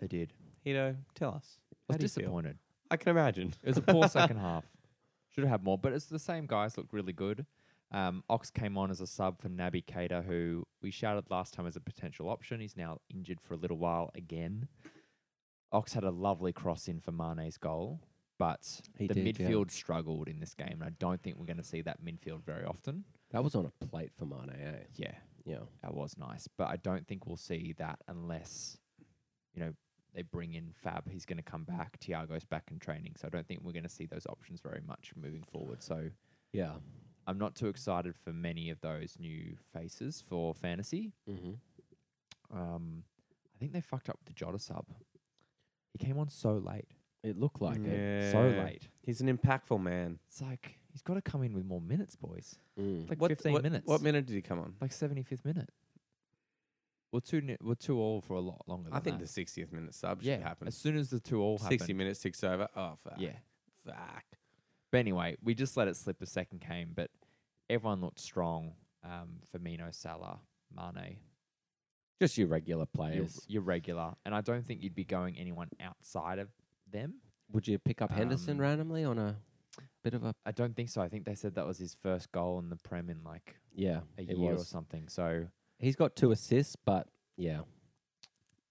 Speaker 4: they did.
Speaker 3: Hito, tell us.
Speaker 4: I
Speaker 3: How
Speaker 4: was
Speaker 3: do you feel?
Speaker 4: disappointed.
Speaker 3: I can imagine.
Speaker 4: It was a poor second half. Should have had more, but it's the same guys looked really good. Um, Ox came on as a sub for Naby Keita, who we shouted last time as a potential option. He's now injured for a little while again. Ox had a lovely cross in for Mane's goal, but
Speaker 2: He
Speaker 4: the
Speaker 2: did, yeah.
Speaker 4: midfield struggled in this game, and I don't think we're going to see that midfield very often.
Speaker 2: That was on a plate for Mane. Eh?
Speaker 4: Yeah,
Speaker 2: Yeah.
Speaker 4: that was nice, but I don't think we'll see that unless you know they bring in Fab. He's going to come back. Tiago's back in training, so I don't think we're going to see those options very much moving forward. So
Speaker 2: Yeah.
Speaker 4: I'm not too excited for many of those new faces for fantasy.
Speaker 2: Mm-hmm.
Speaker 4: Um, I think they fucked up the Jota sub. He came on so late,
Speaker 2: It looked like it.
Speaker 3: yeah.
Speaker 4: so late.
Speaker 3: He's an impactful man.
Speaker 4: It's like he's got to come in with more minutes, boys.
Speaker 2: Mm.
Speaker 4: Like
Speaker 3: What-
Speaker 4: 15
Speaker 3: what-
Speaker 4: minutes.
Speaker 3: What minute did he come on?
Speaker 4: Like 75th minute. We're two. ni- We're two all for a lot longer.
Speaker 3: I
Speaker 4: than
Speaker 3: think
Speaker 4: that.
Speaker 3: the 60th minute sub
Speaker 4: yeah,
Speaker 3: should happen.
Speaker 4: As soon as the two all happen.
Speaker 3: 60 minutes, six over. Oh, fuck.
Speaker 4: Yeah.
Speaker 3: Fuck.
Speaker 4: But anyway, we just let it slip a second game, but everyone looked strong. Um, Firmino, Salah, Mane,
Speaker 2: Just your regular
Speaker 4: you're,
Speaker 2: players.
Speaker 4: you're regular. And I don't think you'd be going anyone outside of them.
Speaker 2: Would you pick up Henderson
Speaker 4: Um,
Speaker 2: randomly on a bit of a?
Speaker 4: I don't think so. I think they said that was his first goal in the Prem in like
Speaker 2: Yeah.
Speaker 4: a
Speaker 2: it
Speaker 4: year or
Speaker 2: was.
Speaker 4: something. So,
Speaker 2: He's got two assists, but yeah,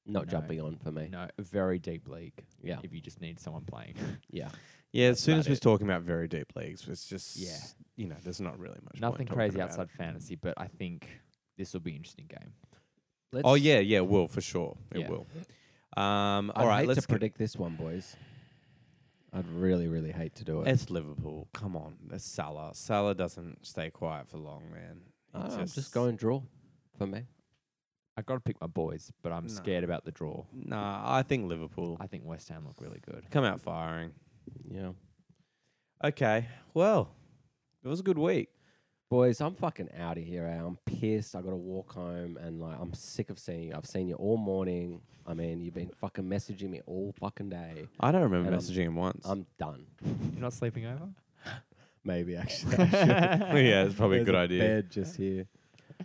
Speaker 2: not
Speaker 4: No.
Speaker 2: jumping on for me.
Speaker 4: you know, a very deep league
Speaker 2: Yeah.
Speaker 4: if you just need someone playing.
Speaker 2: Yeah.
Speaker 3: Yeah, as soon
Speaker 4: about
Speaker 3: as we're
Speaker 4: it.
Speaker 3: talking about very deep leagues, it's just,
Speaker 4: Yeah.
Speaker 3: you know, there's not really much. point
Speaker 4: Nothing
Speaker 3: talking
Speaker 4: crazy
Speaker 3: about it.
Speaker 4: outside fantasy, but I think this will be an interesting game.
Speaker 2: Let's,
Speaker 3: Oh, yeah, yeah, it will, for sure. It
Speaker 4: Yeah.
Speaker 3: will. Um,
Speaker 2: I'd
Speaker 3: all right,
Speaker 2: hate
Speaker 3: let's
Speaker 2: to
Speaker 3: get-
Speaker 2: predict this one, boys. I'd really, really hate to do it.
Speaker 3: It's Liverpool. Come on. That's Salah. Salah doesn't stay quiet for long, man. He
Speaker 2: I don't know, I'm Ah, just going draw for me.
Speaker 4: I got to pick my boys, but I'm
Speaker 3: No.
Speaker 4: scared about the draw.
Speaker 3: Nah, I think Liverpool.
Speaker 4: I think West Ham look really good.
Speaker 3: Come out firing.
Speaker 2: Yeah.
Speaker 3: Okay. Well, it was a good week.
Speaker 2: Boys, I'm fucking out of here. eh? I'm pissed. I got to walk home, and like, I'm sick of seeing you. I've seen you all morning. I mean, you've been fucking messaging me all fucking day.
Speaker 3: I don't remember
Speaker 2: And I'm-
Speaker 3: messaging him once.
Speaker 2: I'm done.
Speaker 4: You're not sleeping over?
Speaker 2: Maybe actually,
Speaker 3: yeah, it's probably a
Speaker 2: There's
Speaker 3: good idea.
Speaker 2: Bed just here.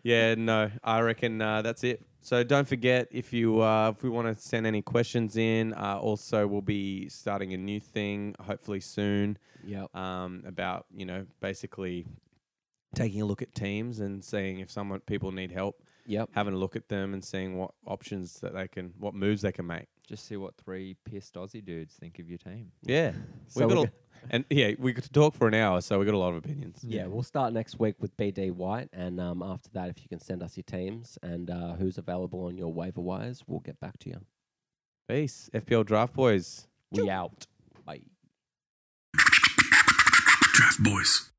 Speaker 3: Yeah, no, I reckon uh, that's it. So don't forget if you uh, if we want to send any questions in. Uh, also, we'll be starting a new thing hopefully soon
Speaker 2: Yep.
Speaker 3: um, about you know basically taking a look at teams and seeing if someone people need help,
Speaker 2: Yep.
Speaker 3: having a look at them and seeing what options that they can, what moves they can make.
Speaker 4: Just see what three pissed Aussie dudes think of your team.
Speaker 3: Yeah,
Speaker 2: So
Speaker 3: we
Speaker 2: we're
Speaker 3: got a, and yeah we could talk for an hour, so we got a lot of opinions.
Speaker 2: Yeah, we'll start next week with BD White, and um, after that, if you can send us your teams and uh, who's available on your waiver wires, we'll get back to you.
Speaker 3: Peace, FPL draft boys.
Speaker 4: We out.
Speaker 2: Bye.
Speaker 5: Draft Boys.